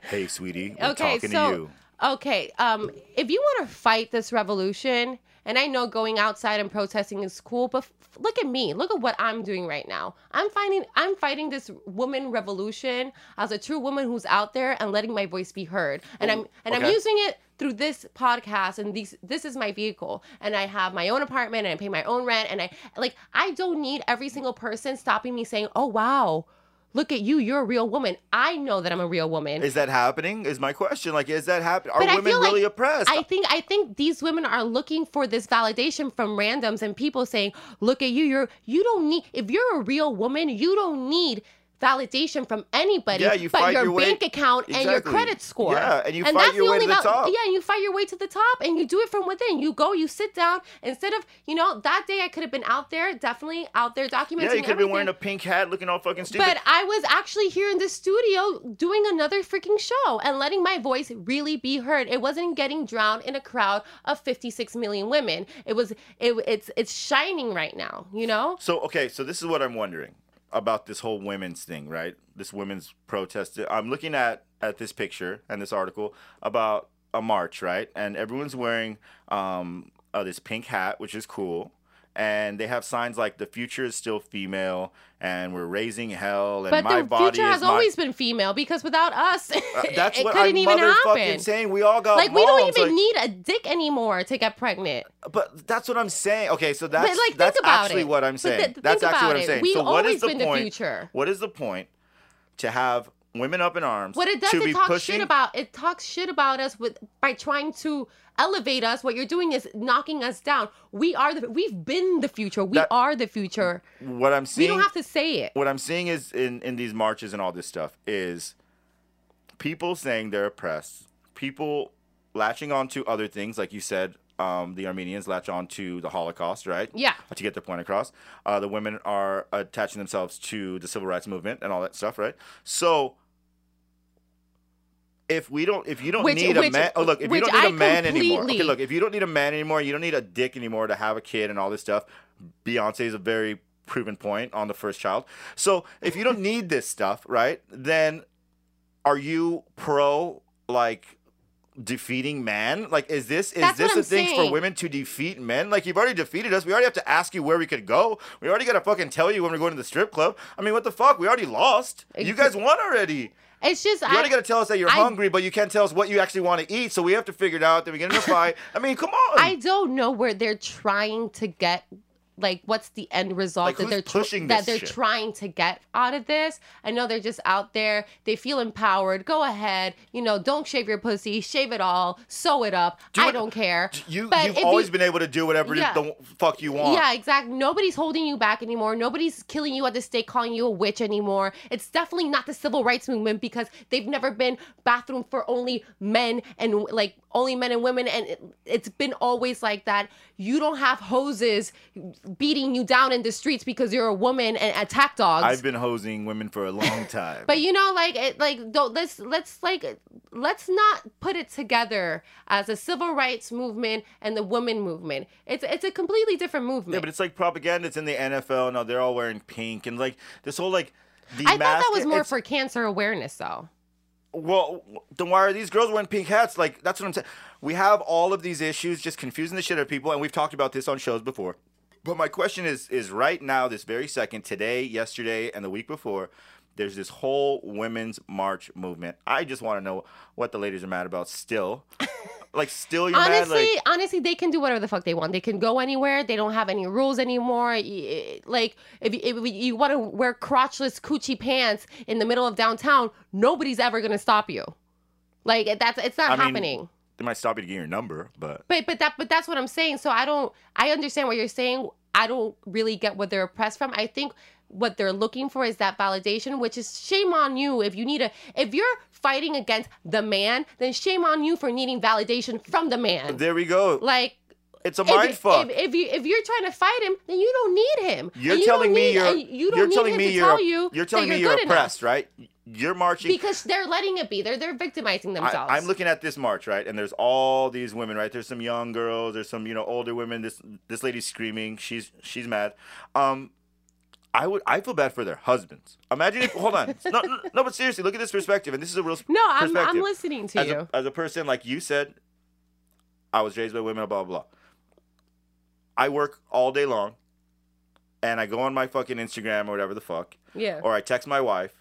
C: hey, sweetie, we're talking to you.
B: Okay, um, if you want to fight this revolution, and I know going outside and protesting is cool, but f- look at me. Look at what I'm doing right now. I'm finding I'm fighting this woman revolution as a true woman who's out there and letting my voice be heard. And I'm and I'm
C: Oh, okay.
B: using it through this podcast and these this is my vehicle and I have my own apartment and I pay my own rent and I like I don't need every single person stopping me saying, "Oh wow, look at you, you're a real woman." I know that I'm a real woman.
C: Is that happening? Is my question. Like, is that happening? Are
B: But I
C: women
B: feel like
C: really oppressed?
B: I think I think these women are looking for this validation from randoms and people saying, "Look at you. You're you don't need if you're a real woman, you don't need validation from anybody
C: Yeah, you
B: but
C: fight
B: your,
C: your way-
B: bank account and your
C: Exactly.
B: credit score.
C: Yeah, and you fight your way to the top.
B: Yeah, and you fight your way to the top and you do it from within. You go, you sit down instead of, you know, that day I could have been out there, definitely out there documenting
C: yeah, you could have been wearing a
B: everything.
C: pink hat, looking all fucking stupid.
B: But I was actually here in the studio doing another freaking show and letting my voice really be heard. It wasn't getting drowned in a crowd of 56 million women. It was it, it's it's shining right now, you know?
C: So okay, so this is what I'm wondering about this whole women's thing, right? This women's protest. I'm looking at at this picture and this article about a march, right? And everyone's wearing um uh, this pink hat, which is cool. And they have signs like "the future is still female" and "we're raising hell" and
B: But
C: "my
B: the
C: body
B: future
C: is
B: has
C: my-"
B: always been female because without us
C: Uh, That's
B: it
C: what
B: couldn't
C: I'm
B: even
C: motherfucking
B: happen.
C: saying. We all got
B: like we don't
C: moms,
B: even
C: like-
B: need a dick anymore to get pregnant.
C: But that's what I'm saying. Okay, so that's
B: but like
C: that's
B: think about
C: actually
B: it.
C: what I'm
B: But
C: saying.
B: th- think
C: that's
B: about
C: actually what I'm
B: it.
C: saying.
B: We've
C: so what
B: always
C: is the
B: been the
C: point?
B: future.
C: What is the point to have women up in arms?
B: What it does,
C: to
B: it
C: be
B: talks
C: pushing,
B: shit about. It talks shit about us with by trying to elevate us. What you're doing is knocking us down. We are the. We've been the future. We
C: That-
B: are the future.
C: What I'm
B: We
C: seeing,
B: don't have to say it.
C: what I'm seeing is in in these marches and all this stuff is people saying they're oppressed. People latching on to other things, like you said. Um, the Armenians latch on to the Holocaust, right?
B: Yeah.
C: To get their point across, uh, the women are attaching themselves to the civil rights movement and all that stuff, right? So, if we don't, if you don't
B: Which-
C: need a
B: which-
C: man, oh look, if you
B: which
C: don't need a
B: I
C: man anymore, okay,
B: completely-
C: look, if you don't need a man anymore, you don't need a dick anymore to have a kid and all this stuff. Beyonce is a very proven point on the first child. So if you don't need this stuff, right, then are you pro like defeating man? Like is this is
B: That's
C: this
B: what
C: a
B: I'm
C: thing for
B: saying.
C: women to defeat men? Like you've already defeated us. We already have to ask you where we could go. We already gotta fucking tell you when we're going to the strip club. I mean what the fuck? We already lost. You guys won already.
B: It's just
C: You
B: I.
C: already got to tell us that you're
B: I-
C: hungry, but you can't tell us what you actually want to eat. So we have to figure it out. Then we get in a fight. I mean, come on.
B: I don't know where they're trying to get. Like, what's the end result
C: Like,
B: that
C: who's
B: they're tr-
C: pushing
B: that
C: this
B: they're
C: shit?
B: trying to get out of this? I know they're just out there. They feel empowered. Go ahead, you know. Don't shave your pussy. Shave it all. Sew it up.
C: Do
B: I
C: it-
B: don't care.
C: you
B: But
C: you've
B: if
C: always been able to do whatever
B: Yeah.
C: the fuck you want.
B: Yeah, exactly. Nobody's holding you back anymore. Nobody's killing you at the stake, calling you a witch anymore. It's definitely not the civil rights movement because they've never been bathroom for only men and like only men and women, and it, it's been always like that. You don't have hoses beating you down in the streets because you're a woman and attack dogs.
C: I've been hosing women for a long time.
B: But you know, like, it, like, don't let's let's like let's not put it together as a civil rights movement and the women movement. It's it's a completely different movement.
C: yeah, but it's like propaganda. It's in the NFL now. They're all wearing pink and like this whole like. The
B: I thought that was more for cancer awareness, though.
C: well. Then why are these girls wearing pink hats? Like that's what I'm saying. We have all of these issues, just confusing the shit out of people, and we've talked about this on shows before. But my question is, is right now, this very second, today, yesterday, and the week before, there's this whole women's march movement. I just want to know what the ladies are mad about still. like still, you're mad.
B: Honestly,
C: Like,
B: honestly, they can do whatever the fuck they want. They can go anywhere. They don't have any rules anymore. Y- y- Like if you, if you want to wear crotchless coochie pants in the middle of downtown, nobody's ever gonna stop you. Like that's it's not
C: I mean,
B: happening.
C: they might stop you to get your number, but
B: But but that but that's what I'm saying. So I don't I understand what you're saying. I don't really get what they're oppressed from. I think what they're looking for is that validation, which is shame on you if you need a if you're fighting against the man, then shame on you for needing validation from the man.
C: there we go.
B: Like
C: it's a mind
B: if,
C: fuck.
B: If, if you if you're trying to fight him, then you don't need him.
C: you're
B: And you
C: telling
B: don't
C: me
B: need-
C: you're
B: and you don't
C: are
B: need
C: telling
B: him
C: me
B: to
C: you're
B: tell
C: a-
B: you
C: you're telling
B: that
C: me
B: you're
C: you're
B: good enough.
C: oppressed, right? You're marching
B: because they're letting it be. They're they're victimizing themselves.
C: I, am looking at this march, right? And there's all these women, right? There's some young girls, there's some, you know, older women. This this lady's screaming. She's she's mad. Um I would I feel bad for their husbands. Imagine if hold on. No, no, no, but seriously, look at this perspective. And this is a real s-
B: No, I'm I'm
C: perspective.
B: listening to
C: as
B: you.
C: A, as a person, like you said, I was raised by women, blah, blah, blah. I work all day long and I go on my fucking Instagram or whatever the fuck,
B: yeah.
C: or I text my wife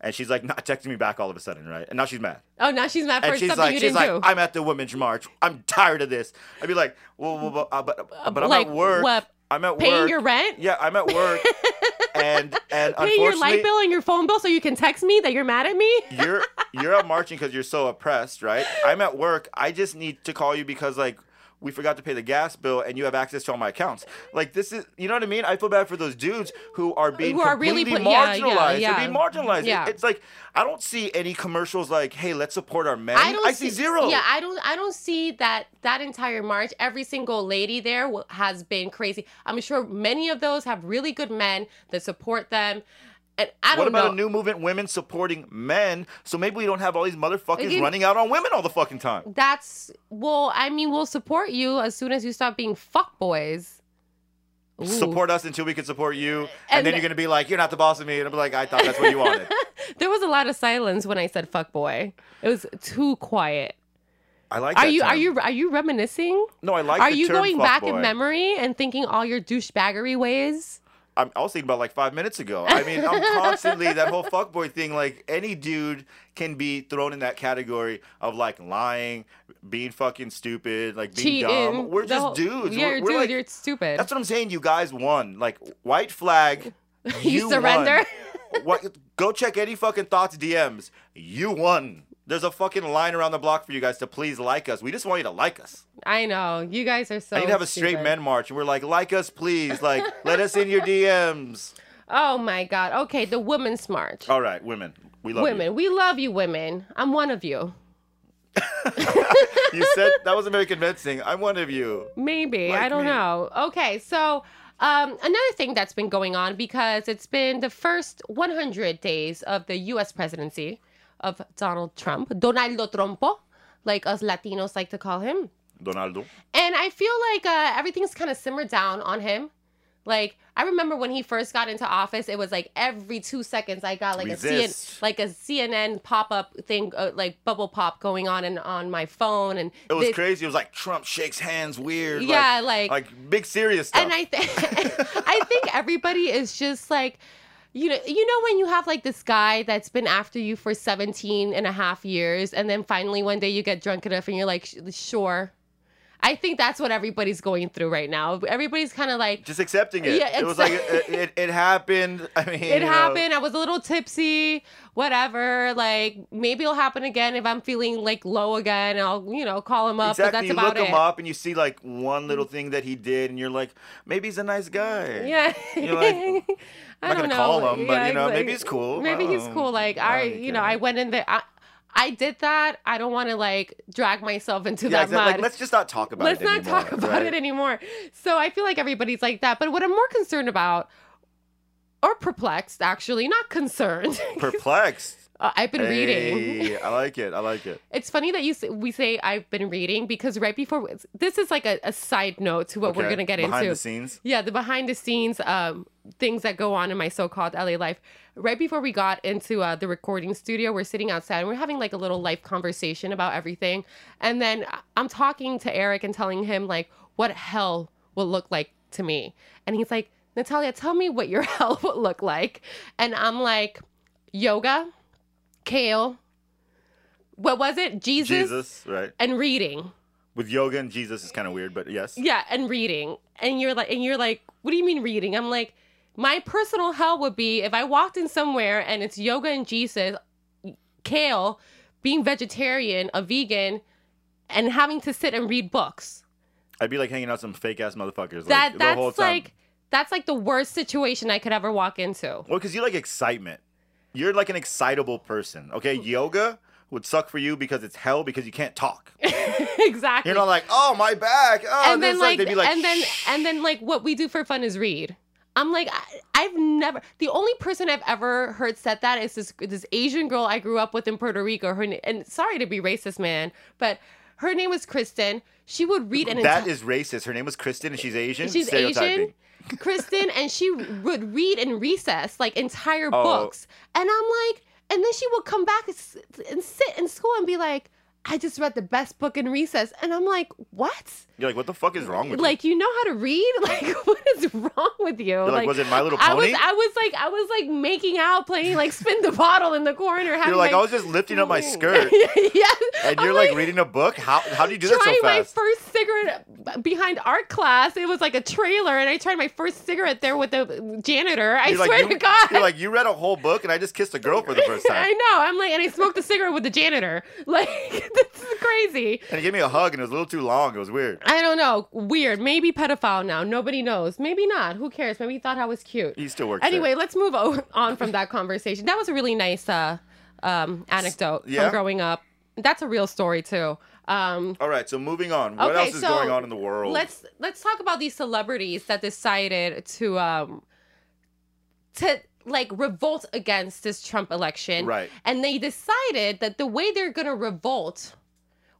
C: and she's like not texting me back all of a sudden, right? And now she's mad.
B: oh, now she's mad for
C: And she's
B: something
C: like,
B: you
C: she's
B: didn't
C: like,
B: do.
C: I'm at the women's march. I'm tired of this. I'd be like, well, well, well, uh, but, but I'm
B: like,
C: at work.
B: what,
C: I'm at
B: paying
C: work.
B: your rent,
C: yeah, I'm at work. and
B: paying
C: and
B: your light
C: unfortunately,
B: bill and your phone bill, so you can text me that you're mad at me.
C: you're you're out marching because you're so oppressed, right? I'm at work. I just need to call you because like we forgot to pay the gas bill and you have access to all my accounts. Like this is, you know what I mean? I feel bad for those dudes who are being
B: Who are really
C: completely
B: put- yeah, yeah,
C: marginalized.
B: yeah.
C: They're being marginalized. It-
B: Yeah.
C: it's like I don't see any commercials like, "Hey, let's support our men."
B: I don't
C: see, zero.
B: Yeah, I don't. I don't see that that entire march. Every single lady there w- has been crazy. I'm sure many of those have really good men that support them, and I
C: what
B: don't
C: about
B: know.
C: a new movement, women supporting men? So maybe we don't have all these motherfuckers
B: Again-
C: running out on women all the fucking time.
B: That's well. I mean, we'll support you as soon as you stop being fuck boys.
C: Support us until we can support you.
B: And
C: And, then
B: the-
C: you're going to be like, you're not the boss of me. And I'm like, I thought that's what you wanted.
B: There was a lot of silence when I said fuck boy. It was too quiet.
C: I like
B: Are
C: that
B: you
C: term.
B: are you are you reminiscing?
C: No, I like
B: are
C: the
B: you
C: term
B: going back
C: fuckboy.
B: in memory and thinking all your douchebaggery ways?
C: I'm, I was thinking about like five minutes ago. I mean, I'm constantly that whole fuckboy thing. Like any dude can be thrown in that category of like lying, being fucking stupid, like being
B: Cheating.
C: dumb. We're
B: the
C: just
B: whole-
C: dudes.
B: You're
C: we're,
B: a
C: we're
B: dude.
C: like-
B: you're stupid.
C: that's what I'm saying. You guys won. Like white flag.
B: You
C: won.
B: surrender?
C: what? Go check any fucking thoughts DMs. You won. There's a fucking line around the block for you guys to please like us. We just want you to like us.
B: I know. You guys are so.
C: I need to have a straight
B: stupid.
C: men march, and we're like, like us, please. Like, let us in your DMs.
B: Oh my god. Okay, the women's march.
C: All right, women. We Oh, love
B: women, we love you, women. I'm one of you.
C: you. You said that was very convincing. I'm one of you.
B: Maybe.
C: Like
B: I don't
C: me.
B: know. Okay, so um, another thing that's been going on because it's been the first 100 days of the US presidency of Donald Trump, Donaldo Trumpo, like us Latinos like to call him.
C: Donaldo.
B: And I feel like uh, everything's kind of simmered down on him. Like I remember when he first got into office, it was like every two seconds I got like a
C: Resist.
B: CN- like a CNN pop up thing, uh, like bubble pop going on and on my phone, and
C: It was
B: this-
C: crazy. It was like Trump shakes hands weird.
B: Yeah,
C: like
B: like-
C: like big serious stuff.
B: And I think I think everybody is just like you know you know when you have like this guy that's been after you for 17 and a half years and then finally one day you get drunk enough and you're like "Sh- sure. I think that's what everybody's going through right now. Everybody's kind of like
C: just accepting it.
B: Yeah,
C: it was like it, it, it happened. I mean, you
B: it
C: know,
B: happened. I was a little tipsy, whatever. Like maybe it'll happen again if I'm feeling like low again. I'll you know call him up,
C: Exactly.
B: but that's
C: you
B: about
C: look
B: it.
C: him up and you see like one little thing that he did, and you're like, maybe he's a nice guy.
B: Yeah.
C: You're like, "Oh,
B: I
C: not
B: don't
C: gonna
B: know.
C: call him, but,
B: Yeah,
C: you know,
B: it's
C: maybe he's cool.
B: Maybe
C: I
B: he's
C: don't-
B: cool. Like
C: I
B: I,
C: don't
B: you know,
C: care.
B: I went in there. I, I did that. I don't want to like drag myself into
C: Yeah,
B: that
C: exactly. Like,
B: mud.
C: let's just not talk about
B: Let's
C: it.
B: not
C: anymore,
B: talk about
C: right?
B: it anymore. So I feel like everybody's like that. But what I'm more concerned about, or perplexed actually, not concerned.
C: Perplexed.
B: Uh, I've been reading.
C: Hey, I like it. I like it.
B: It's funny that you say, we say I've been reading because right before this is like a, a side note to what we're
C: Okay.
B: gonna get
C: behind
B: into.
C: the scenes.
B: Yeah, the behind the scenes um, things that go on in my so called LA life. Right before we got into uh, the recording studio, we're sitting outside and we're having like a little life conversation about everything. And then I- I'm talking to Eric and telling him like what hell will look like to me. And he's like, Natalia, tell me what your hell would look like. And I'm like, yoga, kale, what was it? Jesus,
C: Jesus, right?
B: and reading.
C: With yoga and Jesus is kind of weird, but yes.
B: Yeah, and reading. And you're like and you're like, what do you mean reading? I'm like, my personal hell would be if I walked in somewhere and it's yoga and Jesus, kale, being vegetarian, a vegan, and having to sit and read books.
C: I'd be like hanging out with some fake ass motherfuckers.
B: That
C: like, the whole
B: that's
C: time.
B: like that's like the worst situation I could ever walk into.
C: Well, because you like excitement. You're like an excitable person. Okay, yoga would suck for you because it's hell because you can't talk.
B: exactly.
C: You're not like, oh my back. Oh,
B: and then
C: this,
B: like,
C: they'd be like,
B: and then
C: "Shh."
B: and then like what we do for fun is read i'm like I, i've never the only person i've ever heard said that is this this asian girl i grew up with in puerto rico her na- and sorry to be racist man but her name was kristen she would read an
C: that
B: enti-
C: is racist. Her name was Kristen and she's Asian.
B: she's
C: Stereotyping.
B: asian kristen and she would read in recess like entire
C: Oh.
B: books and i'm like and then she would come back and s- and sit in school and be like i just read the best book in recess and i'm like what
C: You're like, what the fuck is wrong with
B: like you know how to read like what is wrong with you
C: you? You're like, was it My Little
B: i was
C: Pony?
B: i was like i was like making out playing like spin the bottle in the corner having
C: You're like,
B: my-
C: I was just lifting up my skirt.
B: yes
C: And
B: I'm
C: you're like, reading a book? How how do you do that so
B: trying my
C: fast?
B: first cigarette b- behind art class it was like a trailer and i tried my first cigarette there with the janitor i
C: You're like,
B: swear
C: you,
B: to god
C: You're like, you read a whole book and I just kissed a girl for the first
B: i
C: time.
B: know i'm like and i smoked a cigarette with the janitor like this is crazy
C: And he gave me a hug and it was a little too long. It was weird.
B: I don't know. Weird. Maybe pedophile now. Nobody knows. Maybe not. Who cares? Maybe he thought I was cute.
C: He still works.
B: Anyway, let's move o- on from that conversation. That was a really nice uh, um, anecdote
C: yeah.
B: from growing up. That's a real story too. Um,
C: There. All right, so moving on. What
B: okay,
C: else is
B: so
C: going on in the world?
B: Let's let's talk about these celebrities that decided to um, to like revolt against this Trump election.
C: Right.
B: And they decided that the way they're gonna revolt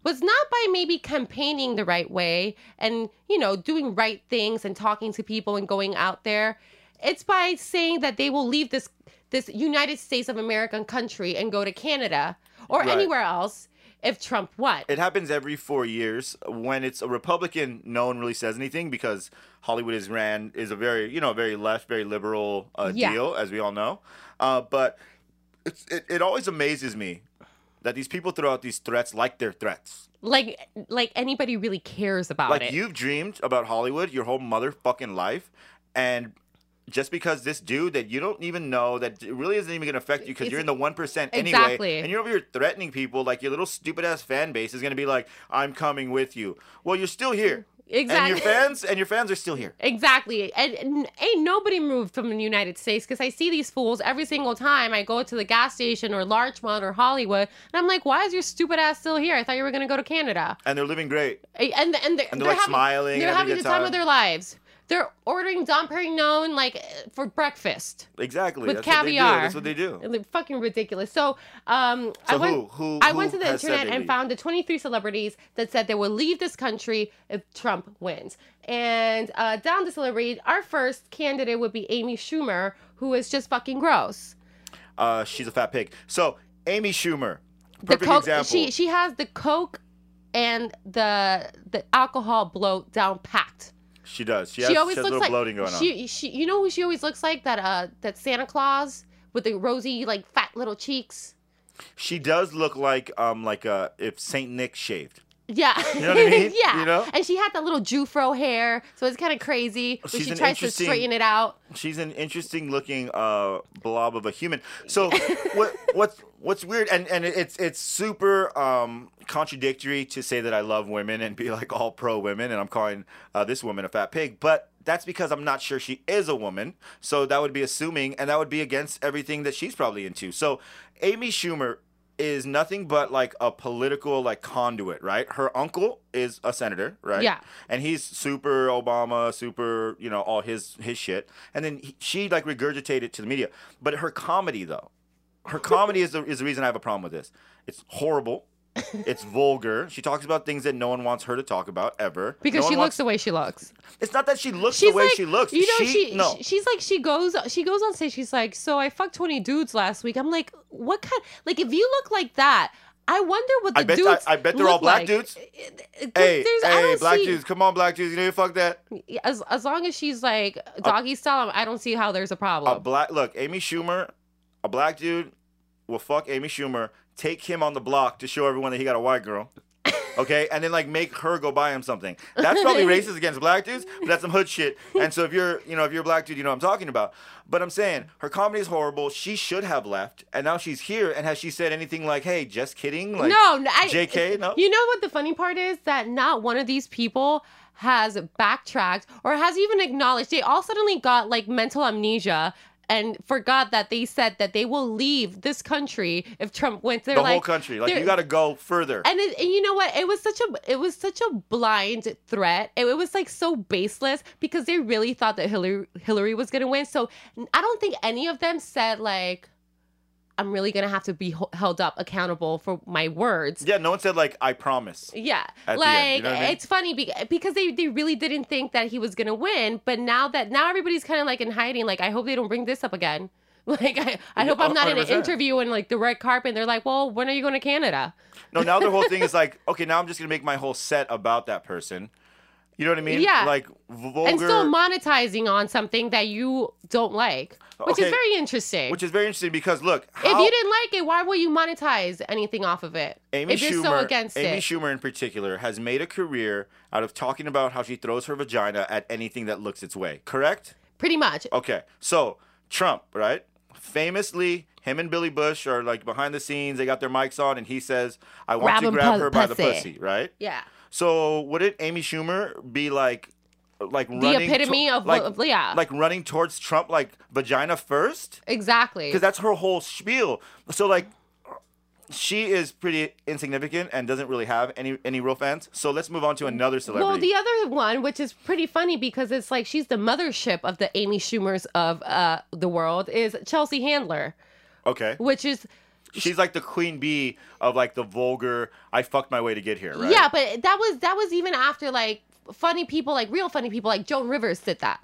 B: was not by maybe campaigning the right way and you know doing right things and talking to people and going out there it's by saying that they will leave this this united states of american country and go to canada or
C: Right.
B: anywhere else if trump won
C: It happens every four years. When it's a Republican, no one really says anything because Hollywood is ran is a very you know very left, very liberal uh,
B: Yeah.
C: deal, as we all know. Uh, but it's, it it always amazes me that these people throw out these threats like they're threats.
B: like like anybody really cares about
C: Like
B: it
C: you've dreamed about Hollywood your whole motherfucking life, and just because this dude that you don't even know that it really isn't even gonna affect you because
B: It's-
C: you're in the one percent anyway,
B: Exactly.
C: and you're over here threatening people like your little stupid ass fan base is gonna be like, "I'm coming with you." Well, you're still here, and your
B: Exactly.
C: fans and your fans are still here.
B: Exactly. And, and ain't nobody moved from the United States because I see these fools every single time I go to the gas station or Larchmont or Hollywood. And I'm like, why is your stupid ass still here? I thought you were going to go to Canada.
C: And they're living great.
B: And, and, and they're,
C: And they're, like, smiling and
B: They're
C: having
B: having
C: a
B: the
C: good
B: time. of
C: time.
B: their lives. They're ordering Dom Perignon like eh, for breakfast.
C: Exactly.
B: With
C: That's
B: caviar.
C: What they do. That's what they do.
B: And they're fucking ridiculous. So, um, I
C: So
B: went,
C: who- who-
B: I went
C: who
B: to the
C: has said
B: internet
C: they
B: and
C: leave?
B: found the 23 celebrities that said they will leave this country if Trump wins. And uh, down the celebrity, our first candidate would be Amy Schumer, who is just fucking gross.
C: Uh, she's a fat pig. So Amy Schumer,
B: The
C: perfect
B: coke,
C: example.
B: she she has the coke and the the alcohol bloat down packed.
C: She does. She,
B: she
C: has,
B: always
C: she has a
B: looks
C: little
B: like
C: bloating going on.
B: she she you know who she always looks like that uh that Santa Claus with the rosy like fat little cheeks.
C: She does look like um like uh if Saint Nick shaved.
B: Yeah.
C: know what I mean?
B: yeah.
C: You know? Oh,
B: And she had that little Jufro hair, so it's kind of crazy. But
C: She's
B: she
C: an
B: tries
C: interesting-
B: to straighten it out.
C: She's an interesting looking uh blob of a human. So what what's what's weird and and it's it's super um contradictory to say that I love women and be like all pro women and I'm calling uh, this woman a fat pig, but that's because I'm not sure she is a woman. So that would be assuming and that would be against everything that she's probably into. So Amy Schumer is nothing but like a political like conduit, right? Her uncle is a senator, right?
B: Yeah.
C: and he's super Obama, super you know all his his shit, and then he, she like regurgitated to the media. But her comedy though, her comedy is the is the reason I have a problem with this. It's horrible. It's vulgar. She talks about things that no one wants her to talk about ever.
B: Because
C: No
B: she looks
C: one wants-
B: the way she looks.
C: It's not that she looks
B: She's
C: the way
B: like,
C: she looks.
B: You know,
C: she,
B: she
C: no.
B: sh- she's like she goes she goes on stage, she's like, So I fucked twenty dudes last week. I'm like, what kind like if you look like that, I wonder what the
C: I bet I,
B: dudes
C: I bet they're all
B: look
C: black
B: like.
C: dudes.
B: Hey,
C: Hey,
B: there's, I
C: hey,
B: don't
C: black
B: see,
C: dudes, come on, black dudes. You know you fuck that.
B: As, as long as she's like
C: Uh,
B: doggy style, I don't see how there's a problem.
C: A black look, Amy Schumer, a black dude will fuck Amy Schumer, take him on the block to show everyone that he got a white girl. okay? And then like make her go buy him something. That's probably racist against black dudes, but that's some hood shit. And so if you're, you know, if you're a black dude, you know what I'm talking about. But I'm saying her comedy is horrible. She should have left, and now she's here. And has she said anything like, "Hey, just kidding"? Like,
B: no, no, I,
C: JK, no.
B: You know what the funny part is that not one of these people has backtracked or has even acknowledged. They all suddenly got like mental amnesia and forgot that they said that they will leave this country if Trump wins. They're
C: the
B: like,
C: whole country, like
B: they're-
C: you got to go further.
B: and, it, and you know what? It was such a it was such a blind threat. It, it was like so baseless because they really thought that Hillary Hillary was gonna win. So I don't think any of them said like, "I'm really gonna have to be ho- held up accountable for my words."
C: yeah, no one said like, "I promise."
B: Yeah.
C: At the
B: like
C: end, you know what I mean?
B: it's funny beca- because they they really didn't think that he was going to win, but now that now everybody's kind of like in hiding like I hope they don't bring this up again. Like I, I hope I'm not in an
C: 100%.
B: interview and like the red carpet and they're like, "Well, when are you going to Canada?"
C: No, now the whole thing is like, okay, now I'm just gonna make my whole set about that person. You know what I mean?
B: Yeah.
C: Like vulgar,
B: And still monetizing on something that you don't like, which
C: Okay.
B: is very interesting.
C: which is very interesting because look,
B: if
C: how,
B: you didn't like it, why will you monetize anything off of it?
C: Amy
B: if you're
C: Schumer,
B: so against
C: Amy
B: it.
C: Schumer in particular, has made a career out of talking about how she throws her vagina at anything that looks its way. Correct?
B: Pretty much.
C: Okay, so Trump, right? Famously, him and Billy Bush are like behind the scenes. They got their mics on, and he says, "I want
B: Grab
C: to
B: him
C: grab
B: pu-
C: her by the
B: pussy."
C: pussy." Right?
B: Yeah.
C: So wouldn't Amy Schumer be like, like the running
B: epitome of-
C: like,
B: of- yeah.
C: like running towards Trump like vagina first?
B: Exactly.
C: Because that's her whole spiel. So like, she is pretty insignificant and doesn't really have any any real fans. So let's move on to another celebrity.
B: Well, the other one, which is pretty funny because it's like she's the mothership of the Amy Schumers of uh, the world, is Chelsea Handler,
C: okay,
B: which is.
C: she's like the queen bee of like the vulgar. I fucked my way to get here. Right?
B: Yeah, but that was that was even after like funny people, like real funny people, like Joan Rivers did that,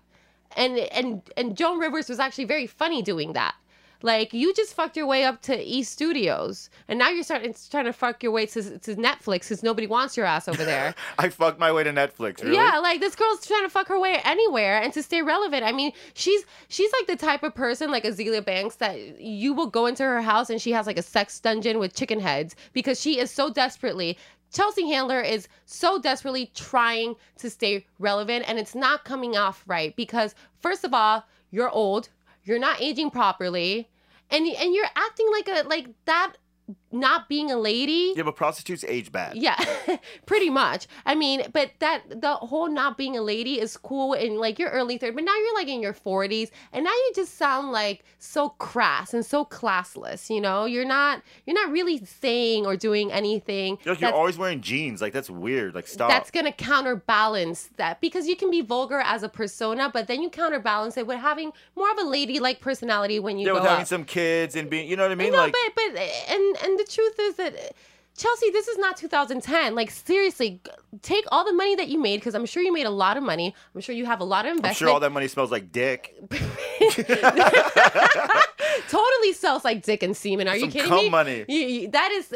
B: and and and Joan Rivers was actually very funny doing that. Like you just fucked your way up to E Studios, and now you're starting trying to fuck your way to to Netflix because nobody wants your ass over there.
C: I fucked my way to Netflix. Really?
B: Yeah, like this girl's trying to fuck her way anywhere and to stay relevant. I mean, she's she's like the type of person like Azealia Banks that you will go into her house and she has like a sex dungeon with chicken heads because she is so desperately Chelsea Handler is so desperately trying to stay relevant and it's not coming off right because first of all, you're old, you're not aging properly, and and you're acting like a like that not being a lady
C: Yeah, but prostitutes age bad.
B: yeah, pretty much. I mean, but that the whole not being a lady is cool in like your early 30s, but now you're like in your 40s and now you just sound like so crass and so classless, you know? You're not you're not really saying or doing anything
C: Like you're
B: that's,
C: always wearing jeans. Like that's weird. Like stop.
B: that's going to counterbalance that because you can be vulgar as a persona, but then you counterbalance it with having more of a ladylike personality when you
C: yeah,
B: go
C: with having
B: up.
C: some kids and being, you know what I mean?
B: No,
C: like,
B: but but and and the truth is that uh, Chelsea, this is not 2010. Like seriously, g- take all the money that you made because I'm sure you made a lot of money. I'm sure you have a lot of investment.
C: I'm sure all that money smells like dick.
B: totally sells like dick and semen. Are
C: Some
B: you kidding
C: cum
B: me?
C: money.
B: You- you- that is.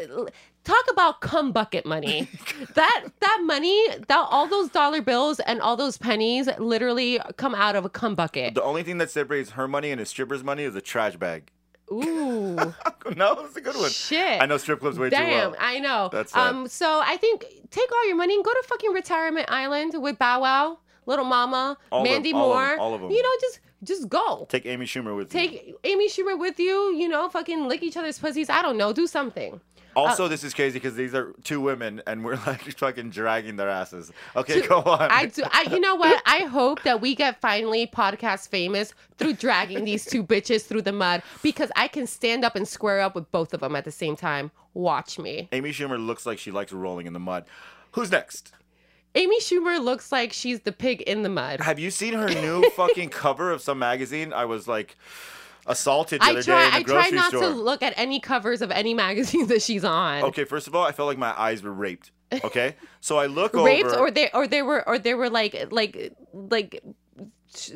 B: Talk about cum bucket money. that that money, that all those dollar bills and all those pennies, literally come out of a cum bucket.
C: The only thing that separates her money and a stripper's money is a trash bag.
B: Ooh.
C: no, that's a good one.
B: Shit.
C: I know strip clubs way
B: Damn,
C: too well.
B: I know.
C: That's sad.
B: um. So I think take all your money and go to fucking retirement island with Bow Wow, Little Mama,
C: All of-
B: Mandy
C: all of 'em,
B: Moore.
C: all of 'em.
B: You know, just just go.
C: Take Amy Schumer with you.
B: Take Amy Schumer with you. You know, fucking lick each other's pussies. I don't know. Do something.
C: Also, this is crazy because these are two women and we're like fucking dragging their asses. Okay, go on.
B: I do. I. You know what? I hope that we get finally podcast famous through dragging these two bitches through the mud because I can stand up and square up with both of them at the same time. Watch me.
C: Amy Schumer looks like she likes rolling in the mud. Who's next?
B: Amy Schumer looks like she's the pig in the mud.
C: Have you seen her new fucking cover of some magazine? I was like assaulted the
B: I
C: other
B: try.
C: day in the
B: I
C: grocery
B: try not
C: store.
B: to look at any covers of any magazines that she's on.
C: Okay, first of all, I felt like my eyes were raped. Okay, so I look
B: Raped,
C: over.
B: or they, or they were, or they were like, like, like. sh-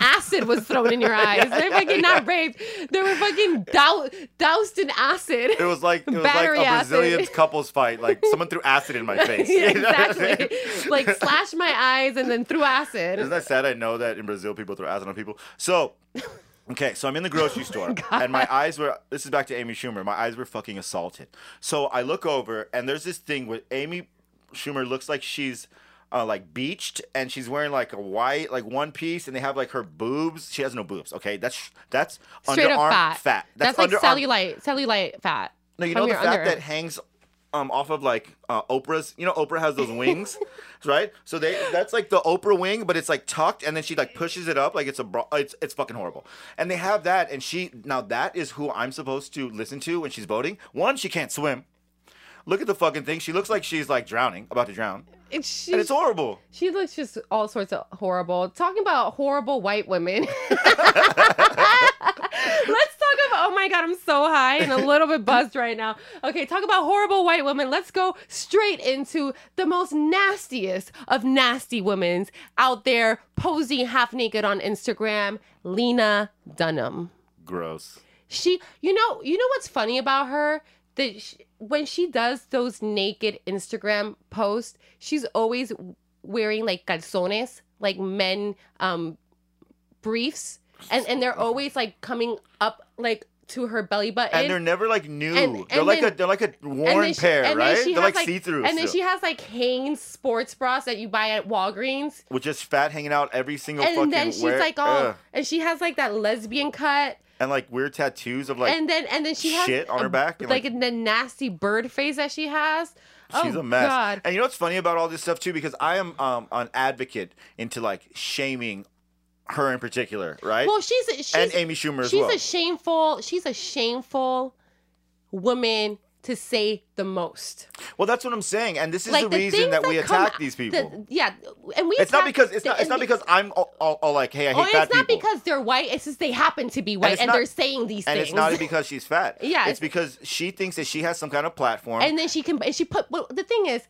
B: Acid was thrown in your eyes. They're fucking not raped. They were fucking dou- doused in acid.
C: it was like it was like
B: Battery
C: a Brazilian
B: acid.
C: couples fight. Like someone threw acid in my face.
B: Yeah,
C: You know what I'm saying?
B: exactly. like slashed my eyes and then threw acid.
C: Isn't that sad? I know that in Brazil people throw acid on people. So, okay, so I'm in the grocery store and my eyes were. This is back to Amy Schumer. My eyes were fucking assaulted. So I look over and there's this thing with Amy Schumer looks like she's uh, like beached and she's wearing like a white like one piece and they have like her boobs. She has no boobs. Okay, that's that's
B: Straight
C: underarm
B: up fat.
C: fat.
B: That's,
C: underarm-
B: like cellulite, cellulite fat.
C: No, you
B: from
C: know the
B: your
C: fat
B: underarm.
C: that hangs um off of like uh, Oprah's. You know Oprah has those wings, right? So they that's like the Oprah wing, but it's like tucked, and then she like pushes it up like it's a bra. It's it's fucking horrible. And they have that, and she now that is who I'm supposed to listen to when she's voting. One, she can't swim. Look at the fucking thing. She looks like she's like drowning, about to drown,
B: And she,
C: and it's horrible.
B: she looks just all sorts of horrible. Talking about horrible white women. Let's talk about. Oh my god, I'm so high and a little bit buzzed right now. Okay, talk about horrible white women. Let's go straight into the most nastiest of nasty women's out there posing half naked on Instagram. Lena Dunham.
C: Gross.
B: She, you know, you know what's funny about her that sh when she does those naked Instagram posts, she's always wearing like calzones, like men um briefs, and and they're always like coming up like to her belly button.
C: And they're never like new.
B: and-
C: they're
B: and
C: like
B: then-
C: a they're like a worn
B: And then she-
C: pair,
B: and then
C: right?
B: she
C: They're
B: has,
C: like, see through.
B: And then she has like Hanes sports bras that you buy at Walgreens.
C: with just fat hanging out every single fucking
B: and then she's
C: wear-
B: like, oh,
C: Ugh.
B: and she has like that lesbian cut.
C: and like weird tattoos of like
B: and then and then she has
C: shit on
B: a-
C: her back and,
B: like,
C: like-
B: the nasty bird face that she has.
C: she's
B: oh,
C: a mess.
B: God.
C: And you know what's funny about all this stuff too? Because I am um, an advocate into like shaming her in particular, right?
B: Well, she's a, she's
C: and Amy Schumer as
B: she's
C: well.
B: a shameful she's a shameful woman to say the most.
C: well, that's what I'm saying, and this is
B: like
C: the reason
B: things
C: that we
B: come
C: attack
B: out-
C: these
B: the-
C: people.
B: yeah, and we.
C: it's not
B: attack
C: because it's
B: the-
C: not it's not
B: and-
C: because I'm all, all, all like, hey, I hate
B: Or
C: fat
B: it's not
C: people.
B: because they're white. It's just they happen to be white,
C: it's
B: and,
C: not-
B: they're saying these
C: and
B: things.
C: it's not because she's fat.
B: Yeah,
C: it's
B: it's-
C: because she thinks that she has some kind of platform.
B: and then she can and she put well the thing is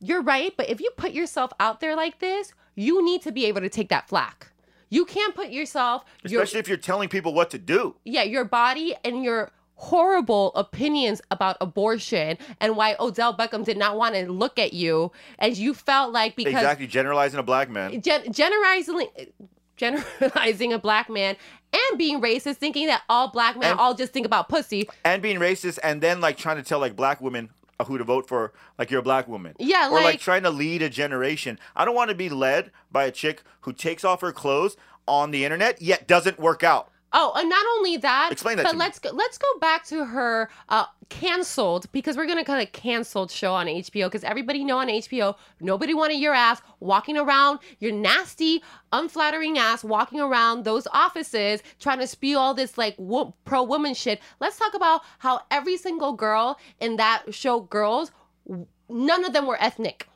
B: you're right but if you put yourself out there like this you need to be able to take that flack you can't put yourself your
C: especially if you're telling people what to do.
B: yeah your body and your horrible opinions about abortion and why odell beckham did not want to look at you and you felt like because
C: Exactly, generalizing a black man.
B: gen- generalizing generalizing a black man and being racist thinking that all black men
C: And-
B: all just think about pussy
C: and being racist and then like trying to tell like black women who to vote for like you're a black woman
B: Yeah,
C: or like,
B: like-
C: trying to lead a generation i don't want to be led by a chick who takes off her clothes on the internet yet doesn't work out
B: Oh, and not only that,
C: Explain that
B: But
C: to me.
B: let's go, let's go back to her uh, canceled because we're gonna kind of canceled show on HBO because everybody know on HBO nobody wanted your ass walking around your nasty, unflattering ass walking around those offices trying to spew all this like wo- pro woman shit. Let's talk about how every single girl in that show, girls, w- none of them were ethnic.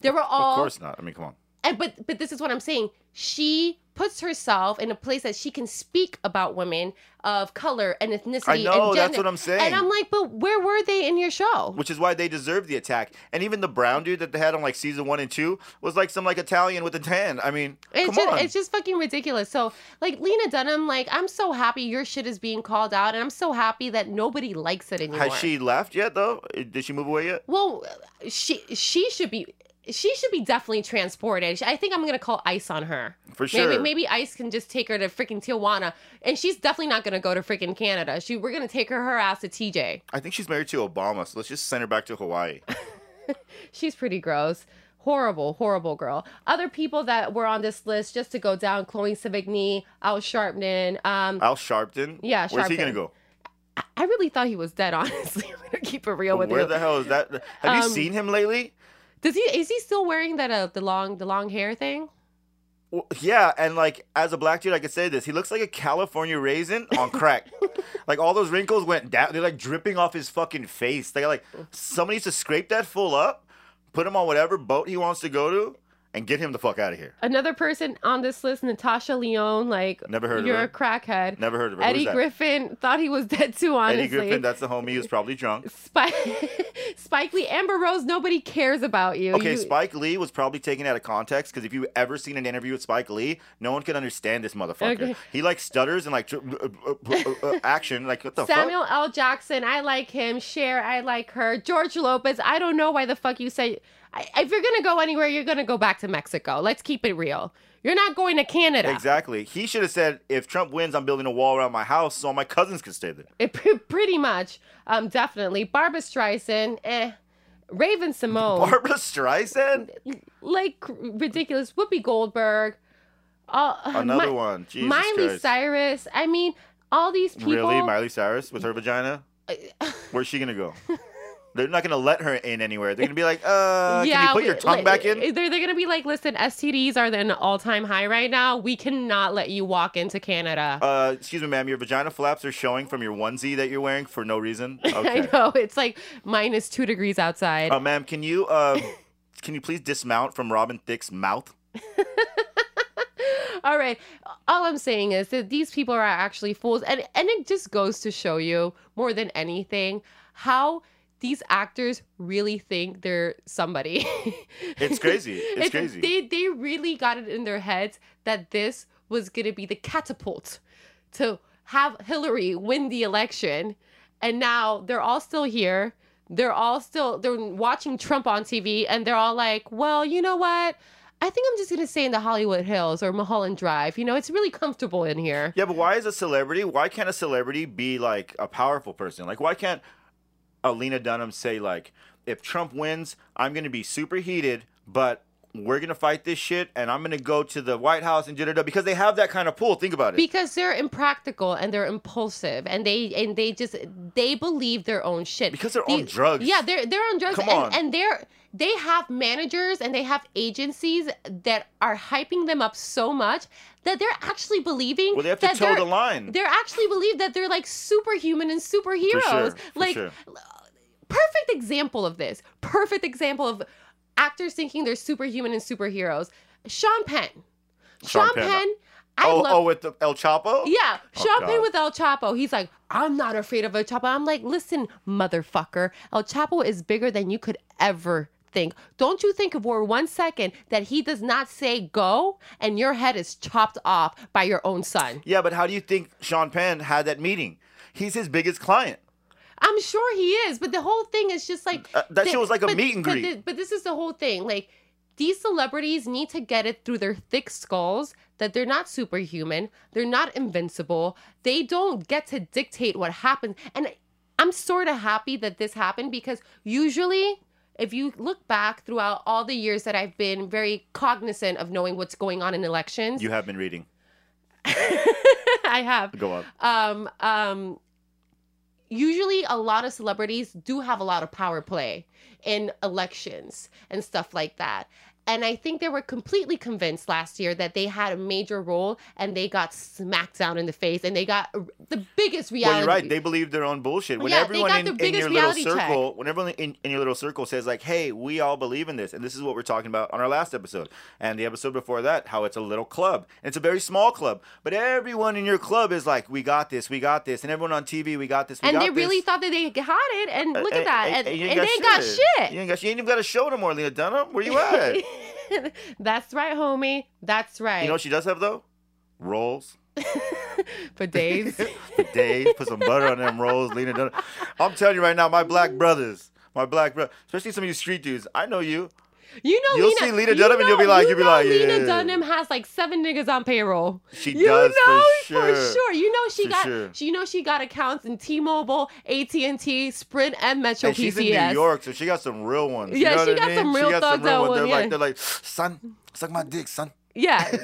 B: They were all
C: of course not i mean come on
B: and but but this is what I'm saying. She puts herself in a place that she can speak about women of color and ethnicity.
C: know,
B: and
C: that's
B: gender.
C: what I'm saying.
B: And I'm like, but where were they in your show?
C: which is why they deserve the attack and even the brown dude that they had on like season one and two was like some like italian with a tan i mean
B: It's
C: come
B: just
C: on
B: it's just fucking ridiculous. So like Lena Dunham, like I'm so happy your shit is being called out, and I'm so happy that nobody likes it anymore.
C: has she left yet though Eh, did she move away yet
B: Well, she she should be. She should be definitely transported. I think I'm gonna call ICE on her.
C: For sure.
B: Maybe, maybe ICE can just take her to freaking Tijuana, and she's definitely not gonna go to freaking Canada. She we're gonna take her her ass to TJ.
C: i think she's married to obama so let's just send her back to hawaii
B: She's pretty gross. Horrible, horrible girl. Other people that were on this list just to go down: Chloe Sevigny, Al Sharpton. Um,
C: al sharpton
B: Yeah,
C: where's he gonna
B: Sharpton.
C: go
B: I really thought he was dead. Honestly, I'm gonna keep it real with
C: where
B: you.
C: the hell is that have you
B: Um,
C: seen him lately
B: Does he is he still wearing that uh, the long the long hair thing?
C: Well, yeah, and like as a black dude, I could say this. He looks like a California raisin on crack. like all those wrinkles went down. They're like dripping off his fucking face. They like somebody needs to scrape that fool up, put him on whatever boat he wants to go to, and get him the fuck out of here.
B: Another person on this list, Natasha Leone, like
C: Never heard of
B: you're
C: her.
B: a crackhead.
C: Never heard of her. Who's
B: Eddie
C: that?
B: Griffin thought he was dead too, honestly.
C: Eddie Griffin, that's the homie who's probably drunk.
B: Spike, Spike Lee, Amber Rose, nobody cares about you.
C: Okay,
B: You-
C: Spike Lee was probably taken out of context because if you ever seen an interview with Spike Lee, no one could understand this motherfucker.
B: Okay.
C: He like stutters and like tr- uh, uh, uh, uh, action. Like what the fuck?
B: Samuel L. Jackson, I like him. Cher, I like her. George Lopez, I don't know why the fuck you say. I, if you're gonna go anywhere, you're gonna go back to Mexico. Let's keep it real. You're not going to Canada.
C: Exactly. He should have said, if Trump wins, I'm building a wall around my house so my cousins can stay there.
B: It, pretty much, um, definitely. Barbara Streisand, eh. Raven Simone,
C: Barbara Streisand?
B: like ridiculous Whoopi Goldberg, uh,
C: Another
B: Mi-
C: one. Jesus
B: Miley
C: Christ.
B: Cyrus. I mean, all these people.
C: Really? Miley Cyrus with her vagina? Where's she going to go? They're not going to let her in anywhere. They're going to be like, uh, can you put
B: we-
C: your tongue
B: like,
C: back in?
B: They're, they're gonna be like, listen, STDs are at an all-time high right now. We cannot let you walk into Canada.
C: uh, excuse me, ma'am, your vagina flaps are showing from your onesie that you're wearing for no reason.
B: I
C: Okay.
B: know it's like minus two degrees outside.
C: Uh, ma'am, can you uh, can you please dismount from Robin Thicke's mouth?
B: All right. All I'm saying is that these people are actually fools. And and it just goes to show you more than anything how these actors really think they're somebody.
C: It's crazy. It's crazy.
B: They they really got it in their heads that this was gonna be the catapult to have Hillary win the election. And now they're all still here. They're all still they're watching Trump on TV and they're all like, "Well, you know what? I think I'm just going to stay in the Hollywood Hills or Mulholland Drive. You know, it's really comfortable in here."
C: Yeah, but why is a celebrity? Why can't a celebrity be like a powerful person? Like, why can't Alina Dunham say like, if Trump wins, I'm gonna be super heated, but we're gonna fight this shit, and I'm gonna go to the White House and da da da because they have that kind of pull. Think about it.
B: Because they're impractical and they're impulsive and they and they just they believe their own shit.
C: Because they're
B: They-
C: on drugs.
B: Yeah, they're they're on drugs
C: Come
B: and,
C: on.
B: and they're they have managers and they have agencies that are hyping them up so much that they're actually believing
C: Well, they have to
B: that
C: toe
B: they're-
C: the line.
B: They're actually believe that th're like superhuman and
C: For
B: superheroes.
C: sure, for
B: like
C: sure.
B: perfect example of this. Perfect example of actors thinking they're superhuman and superheroes. Sean Penn.
C: Sean
B: Sean,
C: Penn. uh,
B: Penn. I
C: oh,
B: love.
C: oh, with the El Chapo.
B: Yeah,
C: Oh,
B: Sean
C: God.
B: Penn with El Chapo. He's like, I'm not afraid of El Chapo. I'm like, listen, motherfucker, El Chapo is bigger than you could ever think. Don't you think for one second that he does not say go and your head is chopped off by your own son?
C: Yeah, but how do you think Sean Penn had that meeting? He's his biggest client.
B: I'm sure he is, but the whole thing is just like
C: Uh, that
B: thi-
C: shit was like a
B: but-
C: meet and
B: but
C: greet.
B: thi- but this is the whole thing. Like these celebrities need to get it through their thick skulls that they're not superhuman, they're not invincible, they don't get to dictate what happens. And I'm sort of happy that this happened because usually. If you look back throughout all the years that I've been very cognizant of knowing what's going on in elections,
C: You have been reading.
B: I have
C: Go on.
B: um um usually a lot of celebrities do have a lot of power play in elections and stuff like that and i think they were completely convinced last year that they had a major role and they got smacked down in the face and they got r- the biggest reality
C: Well, you're right. They believe their own bullshit. When
B: Yeah, they
C: everyone
B: got
C: in,
B: the
C: in
B: biggest
C: your little
B: reality check.
C: circle, when everyone in, in your little circle says like, "Hey, we all believe in this," and this is what we're talking about on our last episode and the episode before that, how it's a little club. And it's a very small club, but everyone in your club is like, "We got this, we got this," and everyone on TV, "We got this, we
B: and
C: got
B: they really
C: this."
B: thought that they had it and look at
C: And-
B: that and,
C: you
B: and
C: ain't
B: they ain't got shit
C: You ain't got. You ain't even got a show no more, Lena Dunham. Where you at? you
B: that's right homie that's right
C: know what she does have though? Rolls.
B: for days
C: for days. Put some butter on them rolls, Lena Dunham. I'm telling you right now, my black brothers, my black bro, especially some of you street dudes. I know you.
B: You know,
C: You'll
B: Lena,
C: see Lena Dunham and you'll be like- you'll be
B: know
C: like,
B: Lena
C: yeah.
B: Dunham has like seven niggas on payroll.
C: She
B: you
C: does for
B: know
C: sure.
B: You know she
C: For
B: got,
C: sure.
B: she, you know she got accounts in T-Mobile, AT and T, Sprint, and Metro
C: and she's
B: PCS.
C: in New York, so she got some real ones. you
B: Yeah,
C: know
B: she
C: what I
B: got
C: mean?
B: some
C: She
B: real
C: got some
B: thugs
C: real
B: out
C: ones. They're
B: one,
C: like,
B: yeah.
C: they're like, son, suck my dick, son.
B: Yeah.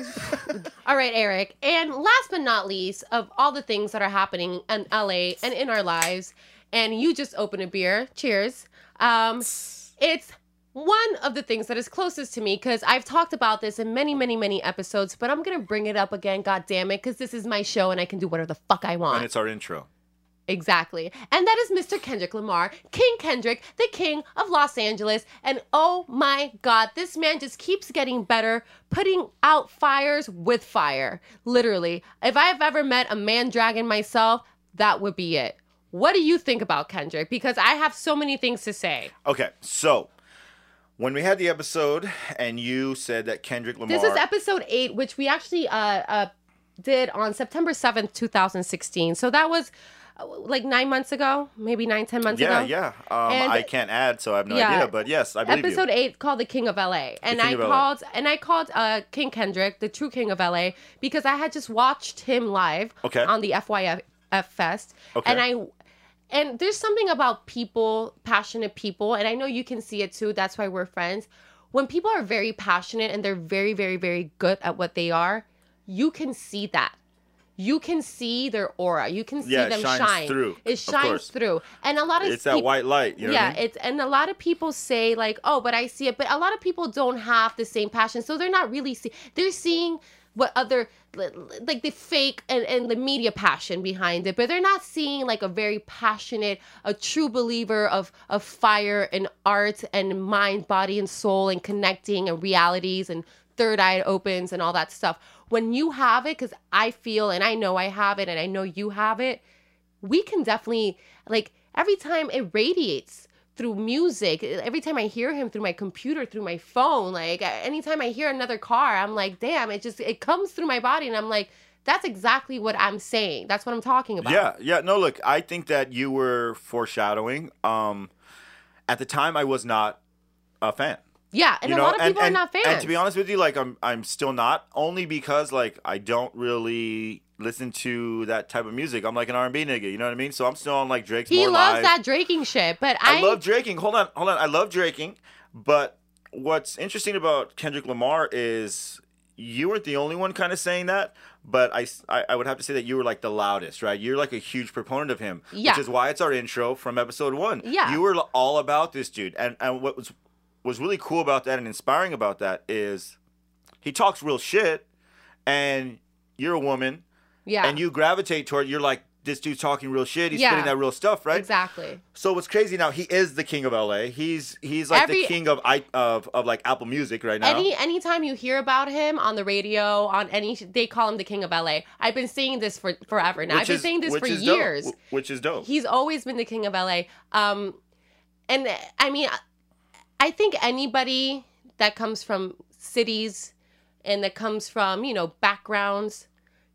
B: all right, Eric. And last but not least, of all the things that are happening in LA and in our lives, and you just opened a beer. Cheers. Um, it's one of the things that is closest to me because I've talked about this in many, many, many episodes, but I'm gonna bring it up again. God damn it, because this is my show and I can do whatever the fuck I want.
C: And it's our intro.
B: Exactly. And that is Mr. Kendrick Lamar, King Kendrick, the king of Los Angeles. And oh my God, this man just keeps getting better, putting out fires with fire. Literally. If I've ever met a man dragon myself, that would be it. What do you think about Kendrick? Because I have so many things to say.
C: Okay, so when we had the episode, and you said that Kendrick Lamar.
B: This is episode eight, which we actually uh, uh, did on September 7th, 2016. So that was uh, like nine months ago, maybe nine, ten months
C: Yeah,
B: ago.
C: yeah. Um,
B: And-
C: I can't add, so I have no
B: Yeah.
C: idea. But yes, I believe
B: episode
C: you.
B: eight called the King of LA, and
C: King
B: I
C: of LA.
B: called and I called uh, King Kendrick the true King of LA because I had just watched him live
C: Okay.
B: on the FYF Fest,
C: Okay.
B: and I And there's something about people, passionate people, and I know you can see it too. That's why we're friends. When people are very passionate and they're very, very, very good at what they are, you can see that. You can see their aura. You can see
C: Yeah, it
B: them
C: shines
B: shine.
C: through,
B: It
C: of
B: shines
C: course.
B: through. And a lot of
C: It's that
B: peop-
C: white light. You know what I
B: yeah,
C: mean?
B: it's and a lot of people say like, "Oh, but I see it," but a lot of people don't have the same passion, so they're not really see. They're seeing what other li- li- like the fake and, and the media passion behind it, but they're not seeing like a very passionate, a true believer of of fire and art and mind, body and soul and connecting and realities and third eye opens and all that stuff. When you have it, because I feel and I know I have it and I know you have it we can definitely like every time it radiates through music every time i hear him through my computer through my phone like anytime i hear another car i'm like damn it just it comes through my body and i'm like that's exactly what i'm saying that's what i'm talking about
C: Yeah, yeah. No, look, I think that you were foreshadowing. Um, at the time, I was not a fan.
B: yeah and
C: you
B: a
C: know?
B: lot of people
C: and,
B: are not fans
C: And to be honest with you, like I'm, I'm still not. Only because like I don't really listen to that type of music. I'm like an R&B nigga. You know what I mean? So I'm still on like Drake's.
B: he
C: more
B: loves
C: live.
B: that draking shit but i,
C: I love drinking. Hold on, hold on. I love drinking, but what's interesting about Kendrick Lamar is you weren't the only one kind of saying that, but I, s- I- I would have to say that you were like the loudest, right? You're like a huge proponent of him,
B: Yeah.
C: which is why it's our intro from episode one.
B: Yeah.
C: you were all about this dude, and and what was was really cool about that and inspiring about that is he talks real shit, and you're a woman,
B: yeah
C: and you gravitate toward. You're like this dude's talking real shit. He's
B: Yeah.
C: spitting that real stuff, right?
B: exactly
C: So what's crazy now? He is the king of LA. He's he's like
B: Every-
C: the king of i of of like Apple Music right now.
B: Any anytime you hear about him on the radio, on any sh- they call him the king of LA. I've been saying this for forever now. I've
C: which
B: been
C: is-
B: saying this
C: which
B: for
C: is dope,
B: years.
C: wh- which is dope.
B: He's always been the king of LA. Um, and uh, I mean, I- I think anybody that comes from cities and that comes from you know backgrounds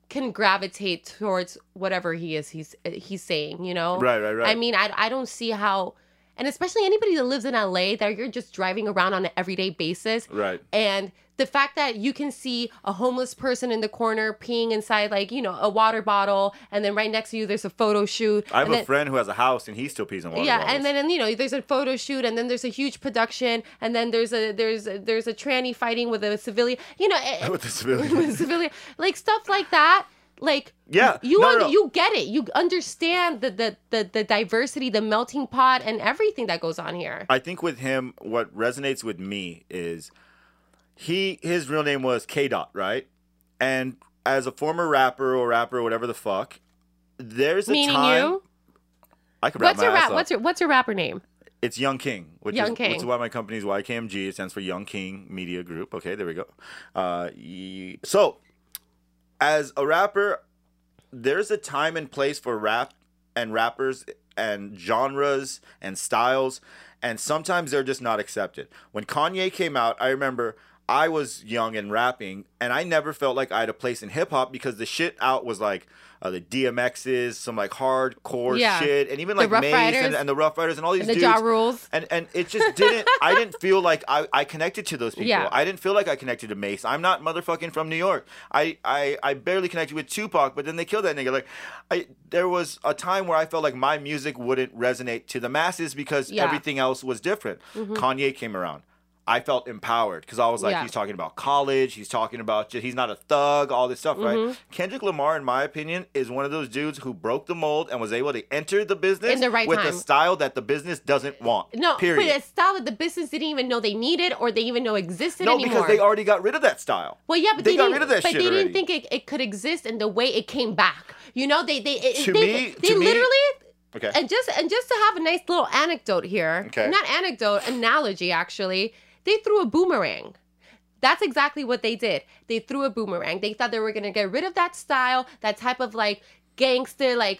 B: can gravitate towards whatever he is he's uh, he's saying. You know,
C: Right, right, right.
B: I mean, I I don't see how, and especially anybody that lives in LA that you're just driving around on an everyday basis,
C: right.
B: and the fact that you can see a homeless person in the corner peeing inside, like, you know, a water bottle. And then right next to you, there's a photo shoot.
C: I have
B: and
C: a
B: then-
C: friend who has a house and he still pees in water
B: Yeah,
C: bottles.
B: and then and, you know there's a photo shoot, and then there's a huge production, and then there's a there's a, there's a tranny fighting with a civilian, you know, eh,
C: with the civilian.
B: with a civilian, like stuff like that. Like
C: Yeah,
B: you
C: no,
B: un-
C: no.
B: you get it, you understand the, the the the diversity, the melting pot, and everything that goes on here.
C: I think with him, what resonates with me is he his real name was K Dot, right? And as a former rapper or rapper or whatever the fuck, there's a
B: Meaning
C: time
B: you,
C: I could wrap
B: what's
C: my
B: your
C: ass
B: rap?
C: up.
B: What's your what's your rapper name?
C: It's Young King, which
B: Young
C: is
B: King.
C: which is why my company is YKMG. It stands for Young King Media Group. Okay, there we go. Uh, y- so, as a rapper, there's a time and place for rap and rappers and genres and styles, and sometimes they're just not accepted. When Kanye came out, I remember I was young and rapping, and I never felt like I had a place in hip hop because the shit out was like uh, the DMXs, some like hardcore
B: Yeah.
C: shit, and even like
B: Rough
C: Mace
B: Riders.
C: and, and the Rough Riders and all these
B: And the
C: dudes
B: Jaw Rules.
C: and and it just didn't i didn't feel like i i connected to those people
B: Yeah.
C: i didn't feel like i connected to mace i'm not motherfucking from new york i i i barely connected with tupac but then they killed that nigga like i there was a time where i felt like my music wouldn't resonate to the masses because
B: Yeah. Mm-hmm.
C: everything else was different kanye came around I felt empowered because I was like,
B: Yeah.
C: he's talking about college, he's talking about ju- he's not a thug, all this stuff, right?
B: Mm-hmm.
C: Kendrick Lamar, in my opinion, is one of those dudes who broke the mold and was able to enter the business
B: In the right
C: with
B: time.
C: a style that the business doesn't want.
B: No,
C: period.
B: but a style that the business didn't even know they needed or they even know existed
C: no,
B: anymore.
C: because they already got rid of that style.
B: well, yeah, but
C: they
B: they,
C: got
B: didn't,
C: rid of that
B: but
C: shit
B: they
C: already.
B: didn't think it, it could exist in the way it came back. You know, they they it,
C: To
B: they,
C: me-
B: they
C: to me-
B: literally
C: Okay.
B: and just and just to have a nice little anecdote here.
C: Okay.
B: Not anecdote, analogy actually. They threw a boomerang. That's exactly what they did. They threw a boomerang. They thought they were gonna get rid of that style, that type of like gangster, like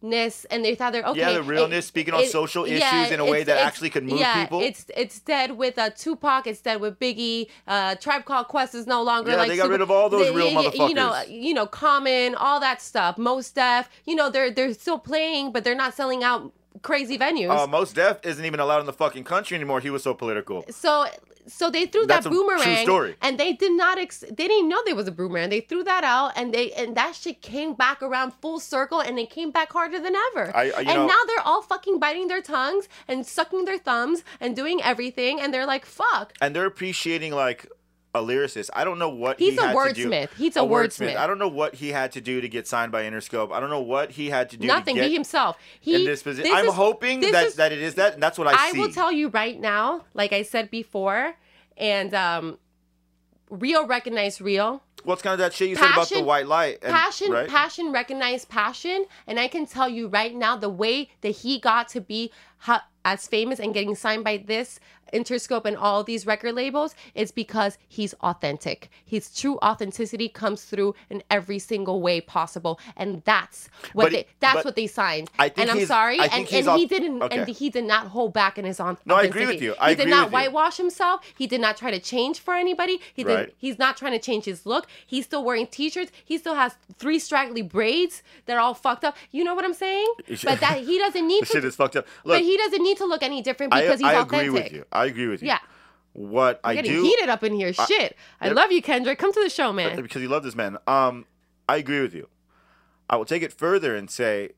B: realness, and they thought they're okay.
C: yeah, the realness,
B: it-
C: speaking on
B: it-
C: social issues
B: yeah,
C: in a way
B: it's-
C: that
B: it's-
C: actually could move
B: yeah,
C: people.
B: It's it's dead with uh, Tupac. It's dead with Biggie. Uh, Tribe Called Quest is no longer
C: Yeah,
B: like
C: they got
B: super-
C: rid of all those
B: y-
C: real
B: y- You know,
C: motherfuckers.
B: you know, Common, all that stuff. Most Def. You know, they're they're still playing, but they're not selling out crazy venues.
C: Um, uh, most deaf isn't even allowed in the fucking country anymore. He was so political.
B: so so they threw
C: That's
B: that
C: a true
B: boomerang
C: story.
B: and they did not ex- they didn't know there was a boomerang they threw that out and they and that shit came back around full circle and they came back harder than ever
C: I- I- you
B: and
C: know-
B: now they're all fucking biting their tongues and sucking their thumbs and doing everything and they're like fuck
C: and they're appreciating like a lyricist. I don't know what
B: He's
C: he
B: a
C: had to do-
B: wordsmith. He's a wordsmith.
C: I don't know what he had to do to get signed by Interscope. I don't know what he had to do.
B: nothing
C: To get
B: he himself he
C: in this position. I'm
B: is-
C: hoping
B: this
C: that
B: is-
C: that it is that. And that's what I,
B: I
C: see.
B: will tell you right now, like I said before, and um, real recognize real.
C: What's kind of that shit you said about the
B: Passion-
C: white light? And,
B: Passion,
C: right?
B: passion, recognize passion, and I can tell you right now the way that he got to be ho- as famous and getting signed by this Interscope and all these record labels is because he's authentic. His true authenticity comes through in every single way possible, and that's what
C: But he-
B: they, that's
C: but
B: what they signed.
C: I think
B: and I'm
C: he's-
B: sorry,
C: I
B: and,
C: think
B: and
C: he's
B: he
C: auth-
B: didn't, and
C: okay.
B: he did not hold back in his on.
C: No, I agree with
B: authenticity.
C: you. I
B: he did
C: agree
B: not
C: with you.
B: whitewash himself. He did not try to change for anybody. He did.
C: Right.
B: not He's not trying to change his look. He's still wearing t-shirts. He still has three straggly braids that are all fucked up. You know what I'm saying? But that he doesn't need
C: This shit
B: to.
C: is fucked up. Look,
B: But he doesn't need to look any different
C: I,
B: because he's
C: I
B: authentic.
C: agree with you. I agree with you.
B: Yeah.
C: What I
B: Getting
C: do
B: heated up in here. Shit. I love you, Kendrick. Come to the show, man.
C: because you love this man. Um, I agree with you. I will take it further and say,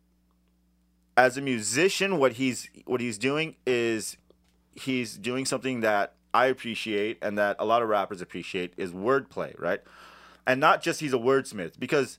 C: as a musician, what he's what he's doing is he's doing something that I appreciate and that a lot of rappers appreciate is wordplay, right? And not just he's a wordsmith because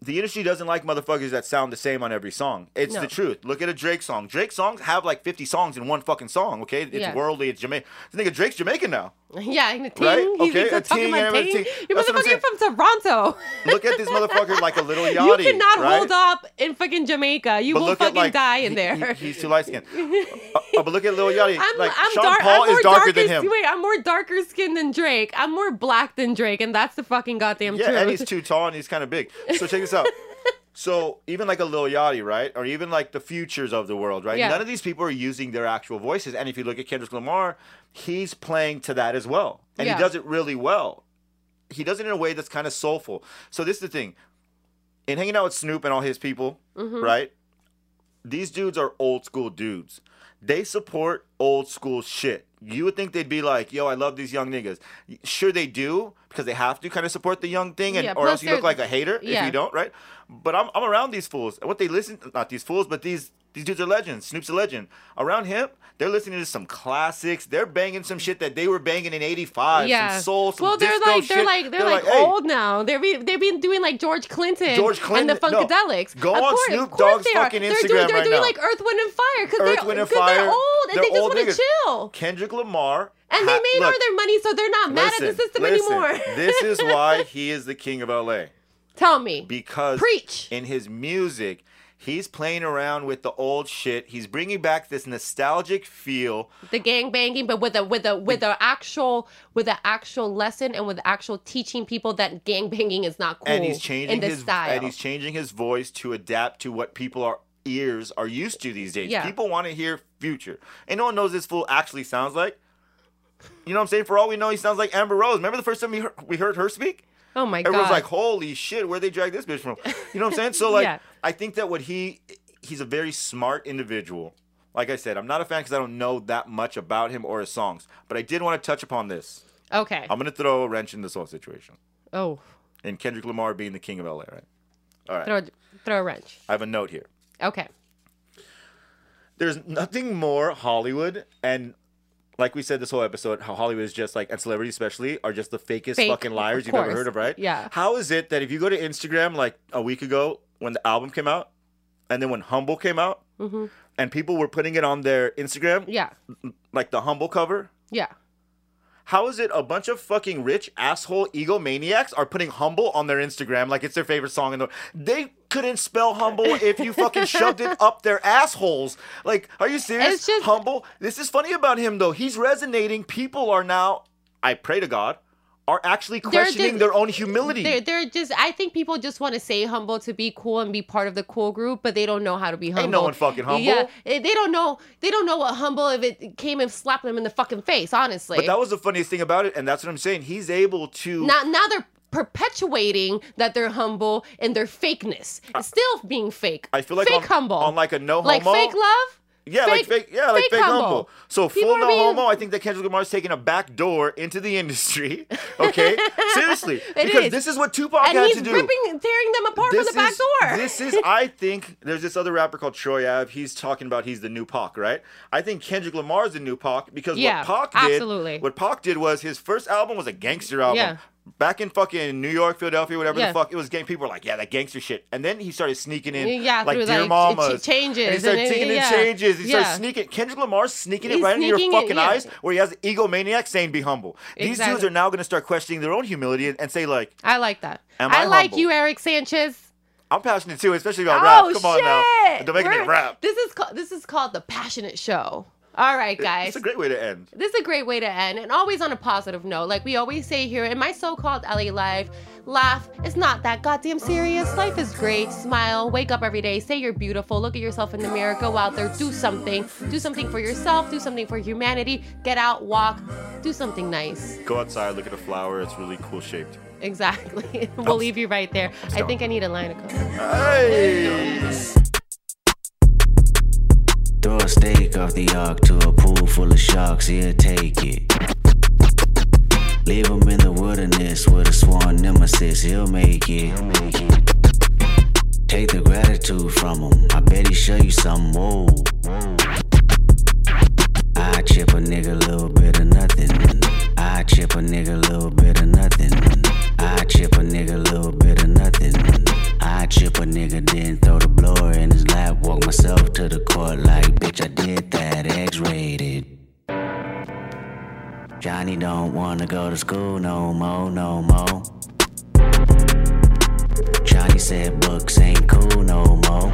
C: the industry doesn't like motherfuckers that sound the same on every song. It's
B: No.
C: the truth. Look at a Drake song. Drake songs have like 50 songs in one fucking song, okay? It's
B: Yeah.
C: worldly, it's Jamaican. Nigga, Drake's Jamaican now.
B: yeah, and the ting.
C: Right?
B: He's
C: Okay,
B: still
C: a
B: talking
C: ting
B: about
C: and a
B: ting.
C: ting.
B: You
C: That's what I'm
B: motherfucker, you're from Toronto.
C: Look at this motherfucker like a little
B: you
C: yachty.
B: cannot
C: right?
B: hold up in fucking Jamaica. You
C: But
B: will
C: look at,
B: fucking
C: like,
B: die in
C: he-
B: there.
C: he- he's too light skinned. but look at Lil Yachty.
B: I'm,
C: like
B: I'm
C: Sean
B: dark,
C: Paul
B: I'm more
C: is darker than
B: darker-
C: him.
B: Wait, I'm more darker skinned than Drake. I'm more black than Drake, and that's the fucking goddamn
C: Yeah,
B: truth.
C: and he's too tall and he's kind of big. So check this out. So even like a Lil Yachty, right, or even like the futures of the world, right?
B: Yeah.
C: None of these people are using their actual voices. And if you look at Kendrick Lamar, he's playing to that as well, and
B: Yeah.
C: he does it really well. He does it in a way that's kind of soulful. So this is the thing. In hanging out with Snoop and all his people,
B: Mm-hmm.
C: right? These dudes are old school dudes. They support old school shit. You would think they'd be like, "Yo, I love these young niggas." Sure, they do because they have to kind of support the young thing, and
B: Yeah,
C: or
B: plus
C: else you look
B: they're-
C: like a hater if
B: yeah.
C: you don't, right? But I'm, I'm around these fools. What they listen—not these fools, but these these dudes are legends. Snoop's a legend. Around him, they're listening to some classics. They're banging some shit that they were banging in '85.
B: yeah.
C: Some soul, some
B: well, they're
C: disco
B: like
C: shit.
B: they're like they're, like,
C: "Hey,
B: old now. They're be, they've been doing like George Clinton,
C: George
B: and the
C: Clinton- no.
B: Funkadelics.
C: Go
B: of
C: on
B: course,
C: Snoop
B: of course
C: Dogg's
B: they are.
C: fucking
B: they're
C: Instagram
B: doing, they're
C: right
B: doing
C: now.
B: like Earth, Wind, and Fire because
C: Earth,
B: they're,
C: Wind, and
B: 'cause
C: Fire.
B: they're old and
C: They're
B: they just
C: old
B: want to
C: niggas.
B: chill.
C: Kendrick Lamar.
B: And they
C: ha-
B: made
C: look,
B: all their money, so they're not mad at the system
C: listen.
B: anymore.
C: this is why he is the king of LA
B: Tell me,
C: because
B: Preach.
C: in his music he's playing around with the old shit. He's bringing back this nostalgic feel.
B: the gang banging, but with a with a with a actual with an actual lesson and with actual teaching people that gang banging is not cool.
C: and he's changing
B: in this
C: his
B: style.
C: and he's changing his voice to adapt to what people are ears are used to these days.
B: Yeah.
C: People want to hear future. And no one knows this fool actually sounds like. You know what I'm saying? For all we know, he sounds like Amber Rose. Remember the first time we heard, we heard her speak?
B: oh my
C: Everyone's
B: god!
C: like, "Holy shit, where they drag this bitch from?" You know what I'm saying? So like,
B: Yeah.
C: I think that what he he's a very smart individual. Like I said, I'm not a fan because I don't know that much about him or his songs, but I did want to touch upon this.
B: okay,
C: I'm gonna throw a wrench in this whole situation,
B: oh,
C: and Kendrick Lamar being the king of LA, right?
B: throw throw a wrench.
C: I have a note here.
B: Okay,
C: There's nothing more Hollywood and. Like we said this whole episode, how Hollywood is just like, and celebrities especially are just the fakest
B: Fake,
C: fucking liars
B: of
C: you've ever
B: course.
C: heard of, right?
B: Yeah.
C: How is it that if you go to Instagram like a week ago when the album came out, and then when Humble came out, and people were putting it on their Instagram,
B: Mm-hmm. yeah,
C: like the Humble cover,
B: yeah.
C: how is it a bunch of fucking rich asshole egomaniacs are putting humble on their Instagram like it's their favorite song in the They couldn't spell humble if you fucking shoved it up their assholes. Like, are you serious?
B: It's just-
C: humble. This is funny about him though. He's resonating. People are now, I pray to God, are actually questioning
B: just-
C: their own humility.
B: They're they're just. I think people just want to say humble to be cool and be part of the cool group, but they don't know how to be humble.
C: no one fucking humble.
B: Yeah, eh, they don't know. They don't know what humble if it came and slapped them in the fucking face. Honestly,
C: But that was the funniest thing about it, and that's what I'm saying. He's able to
B: now now they're perpetuating that they're humble and their fakeness, still being fake.
C: I feel like
B: fake
C: on,
B: humble,
C: on like a no
B: like
C: homo.
B: fake love.
C: Yeah, like
B: Fake-
C: fake. Yeah, like
B: fake
C: fake,
B: humble.
C: humble. So
B: People
C: full
B: are
C: no
B: being-
C: homo. I think that Kendrick Lamar's taking a back door into the industry. Okay, seriously, because
B: is.
C: this is what Tupac
B: and
C: had
B: he's
C: to do.
B: ripping, tearing them apart from the back
C: is,
B: door.
C: This is, I think, there's this other rapper called Troy Ave. He's talking about he's the new Pac, right? I think Kendrick Lamar's the new Pac because
B: Yeah,
C: what Pac did,
B: absolutely.
C: what Pac did was his first album was a gangster album.
B: Yeah.
C: Back in fucking New York, Philadelphia, whatever
B: Yeah.
C: the fuck, it was gang. People were like, "Yeah, that gangster shit." And then he started sneaking in,
B: Yeah,
C: like
B: through,
C: dear
B: like,
C: mamas,
B: ch- changes
C: And he started
B: and then-
C: taking
B: yeah.
C: in changes. He
B: Yeah.
C: started sneaking. Kendrick Lamar's sneaking
B: He's
C: it right into your
B: sneaking it,
C: fucking
B: yeah.
C: eyes, where he has an egomaniac saying, "Be humble." These dudes
B: Exactly.
C: are now going to start questioning their own humility and, and say, like,
B: I like that.
C: Am
B: I,
C: I
B: like
C: humble?
B: you, Eric Sanchez.
C: I'm passionate too, especially about
B: Oh
C: rap. Come
B: shit!
C: on now. Don't make
B: We're-
C: me rap.
B: This is called this is called the passionate show. All right, guys.
C: It's a great way to end.
B: this is a great way to end and always on a positive note like we always say here in my so-called la life laugh it's not that goddamn serious life is great smile wake up every day say you're beautiful look at yourself in the mirror go out there do something do something for yourself do something for humanity get out walk do something nice
C: Go outside, look at a flower. It's really cool shaped.
B: exactly we'll leave you right there i think i need a line of code
C: Hey.
D: Throw a steak off the ark to a pool full of sharks, he'll take it. Leave him in the wilderness with a sworn nemesis, he'll make it. Take the gratitude from him, I bet he show you something, whoa. I chip a nigga a little bit of nothing. I chip a nigga a little bit of nothing. I chip a nigga a little bit of nothing. I chip a nigga, then throw the blower in his lap. Walk myself to the court like, bitch, I did that. X rated. Johnny don't wanna go to school no more, no more. Johnny said books ain't cool no more.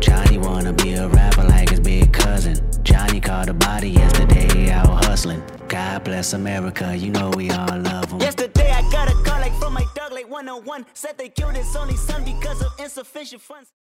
D: Johnny wanna be a rapper like his big cousin. Johnny called a body yesterday out hustling. God bless America, you know we all love him.
E: Yesterday oh I got a call like from my dog like 101. Said they killed his only son because of insufficient funds.